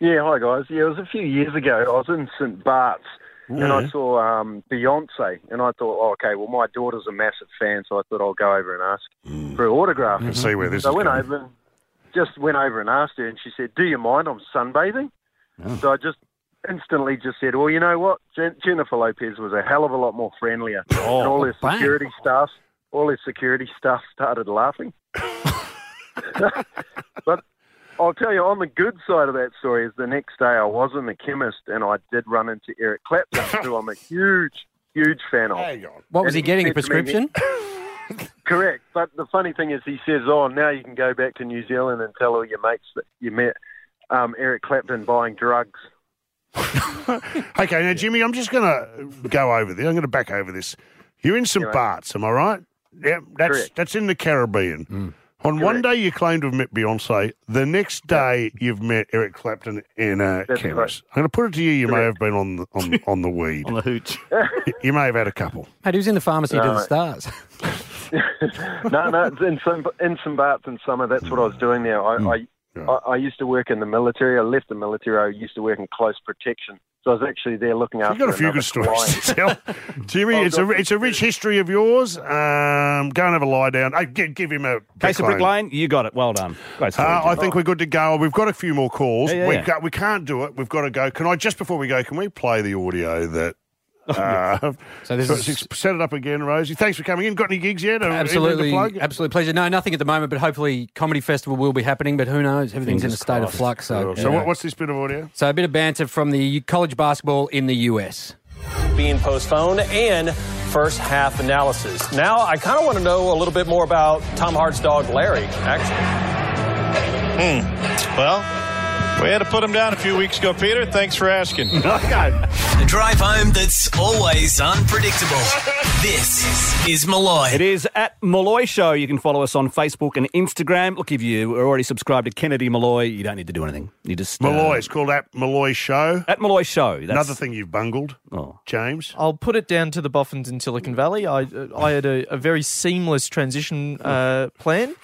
T: Yeah, hi guys. Yeah, it was a few years ago. I was in St Bart's and I
B: Yeah.
T: saw um, Beyonce, and I thought, oh, okay, well, my daughter's a massive fan, so I thought I'll go over and ask for an autograph.
B: I can Mm. see where this
T: so
B: is
T: I went
B: going.
T: over and just went over and asked her, and she said, "Do you mind? I'm sunbathing." So I just instantly just said, "Well, you know what? Jen- Jennifer Lopez was a hell of a lot more
B: <laughs> Oh,
T: friendlier." and all her
V: bang.
B: <laughs>
T: security staff, all her security staff started laughing. <laughs> but I'll tell you, on the good side of that story is the next day I was in the chemist and I did run into Eric Clapton, who I'm a huge, huge fan of.
V: What was
T: And
V: he getting? A
T: said to me-
V: prescription?
T: Correct. But the funny thing is, he says, "Oh, now you can go back to New Zealand and tell all your mates that you met um, Eric Clapton buying drugs." <laughs>
B: Okay, now, Jimmy, I'm just going to go over this. I'm going to back over this. You're in St.
T: Right.
B: Bart's, am I right? Yeah, that's
T: Correct. Mm.
B: that's in the Caribbean. On one day, you claim to have met Beyonce. The next day, you've met Eric Clapton in a
T: That's
B: chemist.
T: right.
B: I'm going to put it to you: you may have been on the on, on
T: <laughs>
B: the weed, on the hooch. you may have had a couple.
V: Mate, he was in the pharmacy to the
T: Right.
V: stars.
T: no, no, it's in some in some parts in summer. That's what I was doing there.
B: Hmm.
T: I, I, I I used to work in the military. I left the military. I used to work in close protection. So I was actually there looking after.
B: You've got a few
T: another
B: good stories
T: client.
B: to tell.
T: <laughs>
B: Jimmy,
T: I've
B: it's a,
T: got-
B: it's a rich history of yours. Um, go and have a lie down. Hey, give, give him a
C: Case of
B: brick
C: Brick Lane, you got it. Well done. Great story,
B: Uh, I
C: Jim.
B: think we're good to go. We've got a few more calls.
C: Yeah, yeah,
B: we,
C: yeah.
B: Got, we can't do it. We've got to go. Can I just before we go? Can we play the audio that? Uh,
V: So this is-
B: set it up again, Rosie. Thanks for coming in. Got any gigs yet? Or anything to
V: Absolutely,
B: plug?
V: absolute pleasure. No, nothing at the moment, but hopefully Comedy Festival will be happening, but who knows? Everything's in a
B: Fingers
V: state of
B: crossed.
V: flux. So,
B: Cool.
V: you know.
B: what, what's this bit of audio?
V: so a bit of banter from the college basketball in the US.
E: being postponed and first half analysis. Now, I kind of want to know a little bit more about Tom Hart's dog, Larry, actually.
W: Hmm. Well, we had to put him down a few weeks ago, Peter. Thanks for asking.
A: A drive home that's always unpredictable. This is Malloy.
C: It is at Malloy Show. You can follow us on Facebook and Instagram. Look, if you are already subscribed to Kennedy Malloy, you don't need to do anything. You just uh,
B: Malloy. It's called at Malloy Show.
C: At Malloy Show. <laughs> That's, Oh.
B: Another thing you've
G: Oh,
B: bungled, James.
G: I'll put it down to the boffins in Silicon Valley. I I had a, a very seamless transition uh, plan,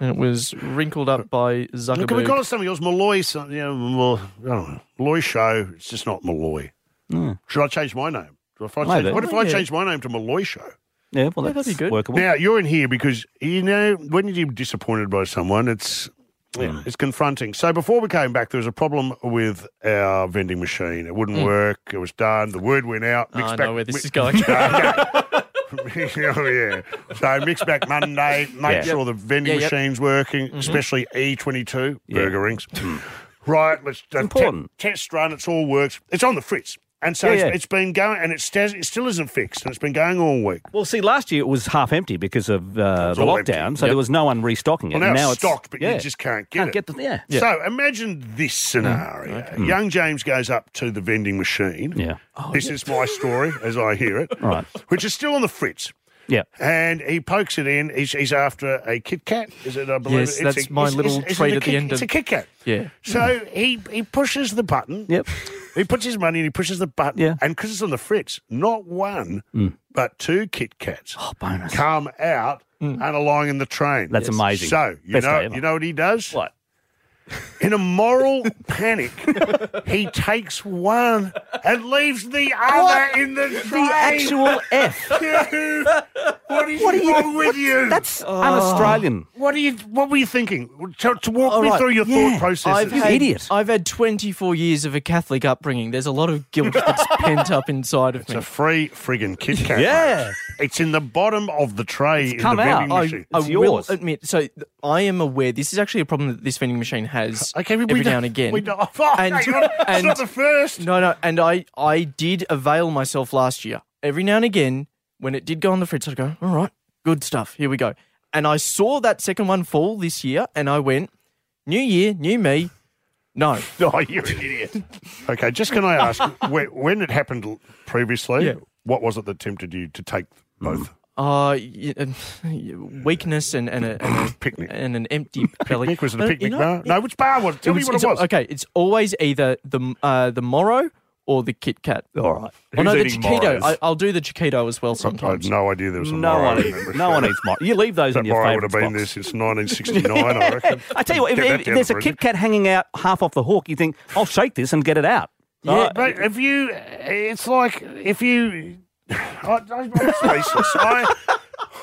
G: and it was wrinkled up by Zuckerberg.
B: Can we call it something else? Malloy. Something, you know, Mal- I don't know. Malloy Show. It's just not Malloy. Should I change my name? Do I- if I
C: Maybe.
B: change- what if I
C: Yeah.
B: change my name to Malloy Show?
C: Yeah, well, that's workable.
B: Now you're in here because you know when you're disappointed by someone, it's
C: Hmm.
B: yeah, it's confronting. So before we came back, there was a problem with our vending machine. It wouldn't
G: Mm.
B: work. It was done. The word went out.
G: Oh, I
B: Mixed
G: know
B: back-
G: where this is
B: mi- <laughs>
G: going.
B: oh yeah. So mixed back Monday. Make
G: Yeah.
B: sure the vending
G: Yeah, yep.
B: machine's working,
G: Mhm.
B: especially E22
G: Yeah.
B: burger rings. right. Let's uh,
C: Hmm. Important.
B: te- test run. It's all works. It's on the fritz. And so
C: Yeah,
B: it's,
C: yeah.
B: it's been going, and it, stays, it still isn't fixed, and it's been going all week.
C: Well, see, last year it was half empty because of uh,
B: It's
C: the
B: all
C: lockdown,
B: empty.
C: so
B: Yep.
C: there was no one restocking it.
B: Well, now,
C: And
B: it's stocked, but
C: yeah.
B: you just can't get
C: Can't
B: it.
C: get the- yeah. Yeah.
B: So imagine this scenario: young James goes up to the vending machine.
C: Yeah.
B: this is my story as I hear it.
C: Right.
B: Which is still on the fritz.
C: Yeah.
B: And he pokes it in. He's, he's after a Kit Kat. Is it? I believe
G: Yes,
B: it's
G: that's
B: a,
G: my
B: is-
G: little
B: is- is it
G: treat
B: a
G: at the
B: Kit-
G: end
B: It's
G: of-
B: a Kit Kat.
G: Yeah.
B: So he he pushes the button.
C: Yep.
B: <laughs> He puts his money and he pushes the button. Yeah. And because it's on the fritz, not one but two Kit Kats come out and are lying in the train.
C: That's Yes. amazing.
B: So you
C: Best
B: know
C: day ever.
B: you know what he does?
C: What?
B: In a moral panic, he takes one and leaves the other
A: What?
B: in the
A: The
B: train.
A: actual
B: <laughs>
C: F.
B: Dude, what is
A: What are you-
B: wrong with you?
A: That's
C: Oh. un-Australian.
B: What are you? What were you thinking? To, to walk
G: All
B: me
G: right.
B: through your
G: Yeah.
B: thought process.
G: I've had, I've had 24 years of a Catholic upbringing. There's a lot of guilt
B: <laughs>
G: that's pent up inside of
B: It's
G: me.
B: a free friggin' Kit Kat.
G: Yeah.
B: mate. It's in the bottom of the tray in
G: Come
B: the
G: out.
B: vending
G: I,
B: machine.
G: I will admit. So th- I am aware this is actually a problem that this vending machine has
B: Okay, we- we
G: every
B: don't-
G: now and again.
B: we don't- <laughs> Oh,
G: <laughs>
B: hang on. It's not the first.
G: No, no. And I, I did avail myself last year. Every now and again, when it did go on the fritz, I'd go, all right, good stuff. Here we go. And I saw that second one fall this year, and I went, new year, new me. No.
B: <laughs> no, you're an idiot. Okay, <laughs> just can I ask, <laughs> when, when it happened l- previously,
G: Yeah.
B: what was it that tempted you to take both?
G: Uh, y- <laughs> um, weakness and, and, a, and a
B: picnic
G: and an empty belly.
B: <laughs> Picnic? Was it a
G: But, uh, you
B: picnic
G: know,
B: bar? No, which bar was it? Tell me what
G: it's
B: it was.
G: Okay, it's always either the uh, the Morrow or the Kit Kat.
B: All right.
G: Oh, no,
B: Who's
G: the
B: eating
G: Chiquito.
B: Morrows?
G: I, I'll do the Chiquito as well
B: I had
G: sometimes.
B: no idea there was a
G: No
B: Moro
G: one
B: in
G: eats-
B: that
G: no one
B: machine.
G: eats Moro. You leave those
B: that
G: in your
B: Moro would have
G: favourites
B: been there since
G: <laughs>
B: 1969,
C: <laughs>
B: I reckon.
C: I tell you what, if,
B: Get that
C: if
B: down
C: there's
B: to
C: a
B: Brisbane.
C: Kit Kat hanging out half off the hook, you think, I'll shake this and get it out.
B: Yeah,
C: Uh,
B: but if you, it's like if you, I, I'm speechless. I,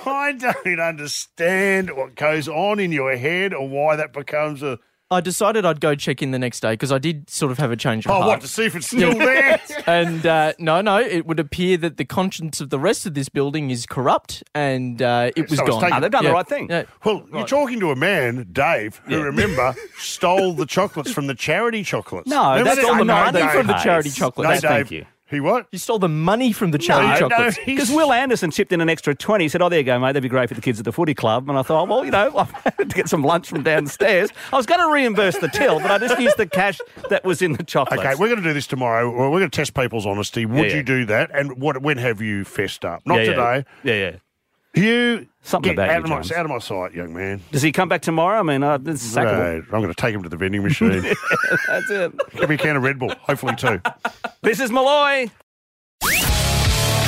B: I don't understand what goes on in your head or why that becomes a oh,
G: I decided I'd go check in the next day because I did sort of have a change of
B: Oh,
G: heart.
B: what, to see if it's still there?
G: <laughs> and uh, no, no, it would appear that the conscience of the rest of this building is corrupt, and uh, it was
B: So it's
G: gone.
B: taken- Ah, they've done the right
G: thing. Yeah.
B: Well, you're talking to a man, Dave, who remember stole the chocolates from the charity chocolates.
G: No,
B: Remember
G: they
B: this?
G: stole the
B: I know,
G: money
B: Dave.
G: from the charity
B: No,
G: chocolates.
B: Dave.
G: Thank you.
B: He what?
G: You stole the money from the
B: No,
G: charity
B: no,
G: chocolates.
B: he's-
C: Because Will Anderson chipped in an extra 20. He said, Oh, there you go, mate. That'd be great for the kids at the footy club. And I thought, Well, you know, <laughs> I've had to get some lunch from downstairs. I was going to reimburse the till, but I just used the cash that was in the chocolates.
B: Okay, we're going to do this tomorrow. We're going to test people's honesty. Would
C: Yeah, yeah.
B: you do that? And what? When have you fessed up? Not
C: Yeah, yeah.
B: today.
C: Yeah, yeah.
B: You
C: Something
B: get
C: about
B: out
C: you,
B: of my
C: James.
B: out of my sight, young man.
C: Does he come back tomorrow? I mean, uh, this is
B: Right.
C: sackable.
B: I'm going to take him to the vending
C: <laughs>
B: machine.
C: <laughs> That's it.
B: Give me a can of Red Bull, hopefully too.
C: This is Malloy.
A: For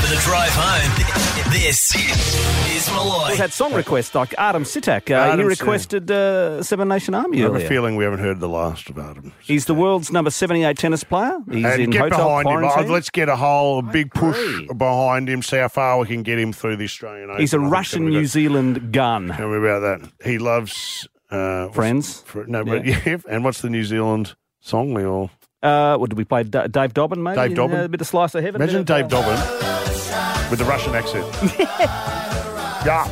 A: the drive home, this is Malloy.
C: We've had song requests like Adam Sitak. Uh,
B: Adam
C: he
B: Sitak.
C: requested uh, Seven Nation Army
B: I have
C: earlier.
B: a feeling we haven't heard the last of Adam.
C: He's the world's number 78 tennis player. He's
B: and
C: in
B: get
C: hotel
B: behind
C: quarantine.
B: him. Uh, Let's get a whole big push behind him. See how far we can get him through the Australian Open.
C: He's a
B: I think.
C: Russian
B: Tell me
C: New
B: about-
C: Zealand gun.
B: Tell me about that. He loves uh, what's-
C: Friends.
B: fr- no, but yeah. <laughs> And what's the New Zealand song we all?
C: Uh, what did we play? D- Dave Dobbin, maybe?
B: Dave Dobbin.
C: Uh, a bit of Slice of Heaven. a
B: Imagine
C: bit
B: Dave
C: of, uh,
B: Dobbin with the Russian accent.
C: <laughs>
B: yeah.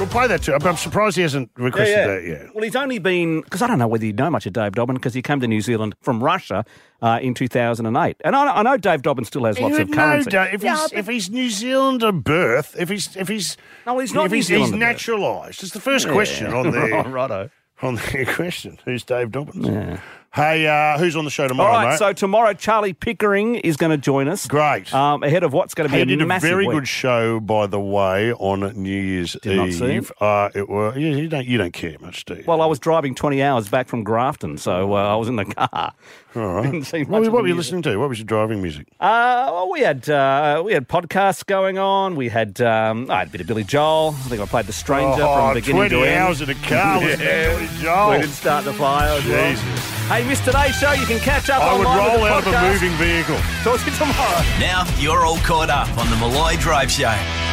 B: We'll play that too. I'm, I'm surprised he hasn't requested that yet.
C: Well, he's only been because I don't know whether you know much of Dave Dobbin because he came to New Zealand from Russia uh, in 2008, and I, I know Dave Dobbin still has
B: You
C: lots
B: would
C: of
B: know,
C: currency.
B: Dave, if, he's, if he's New Zealand of birth, if he's if he's
C: no, he's not
B: if
C: New
B: he's,
C: Zealand
B: he's
C: of birth.
B: naturalised. It's the first
C: Yeah.
B: question
C: <laughs>
B: on
C: Oh,
B: the
C: righto.
B: on the <laughs> question. Who's Dave Dobbin? Hey, uh, who's on the show
C: All
B: tomorrow,
C: right,
B: mate?
C: so tomorrow Charlie Pickering is going to join us.
B: Great.
C: Um, ahead of what's going to be
B: Hey,
C: a
B: did a
C: massive
B: very
C: week.
B: good show, by the way, on New Year's
C: Did not
B: Eve.
C: see
B: Uh, it were you, you don't you don't care much, do you?
C: Well, I was driving 20 hours back from Grafton, so uh, I was in the car.
B: All right.
C: <laughs> Didn't see much
B: What, were-
C: of
B: what
C: the
B: were you
C: music.
B: listening to? What was your driving music?
C: Uh, well, we had uh, we had podcasts going on. We had um, I had a bit of Billy Joel. I think I played The Stranger
B: Oh,
C: from
B: 20
C: beginning to end.
B: hours in a
C: <laughs>
B: car listening to Billy Joel.
C: We didn't start the fire. as well.
B: Jesus.
C: Hey, missed today's show? You can catch up.
B: I would
C: online with
B: roll
C: the
B: out of a
C: podcast.
B: moving vehicle.
C: Talk to you tomorrow.
A: Now you're all caught up on the Malloy Drive Show.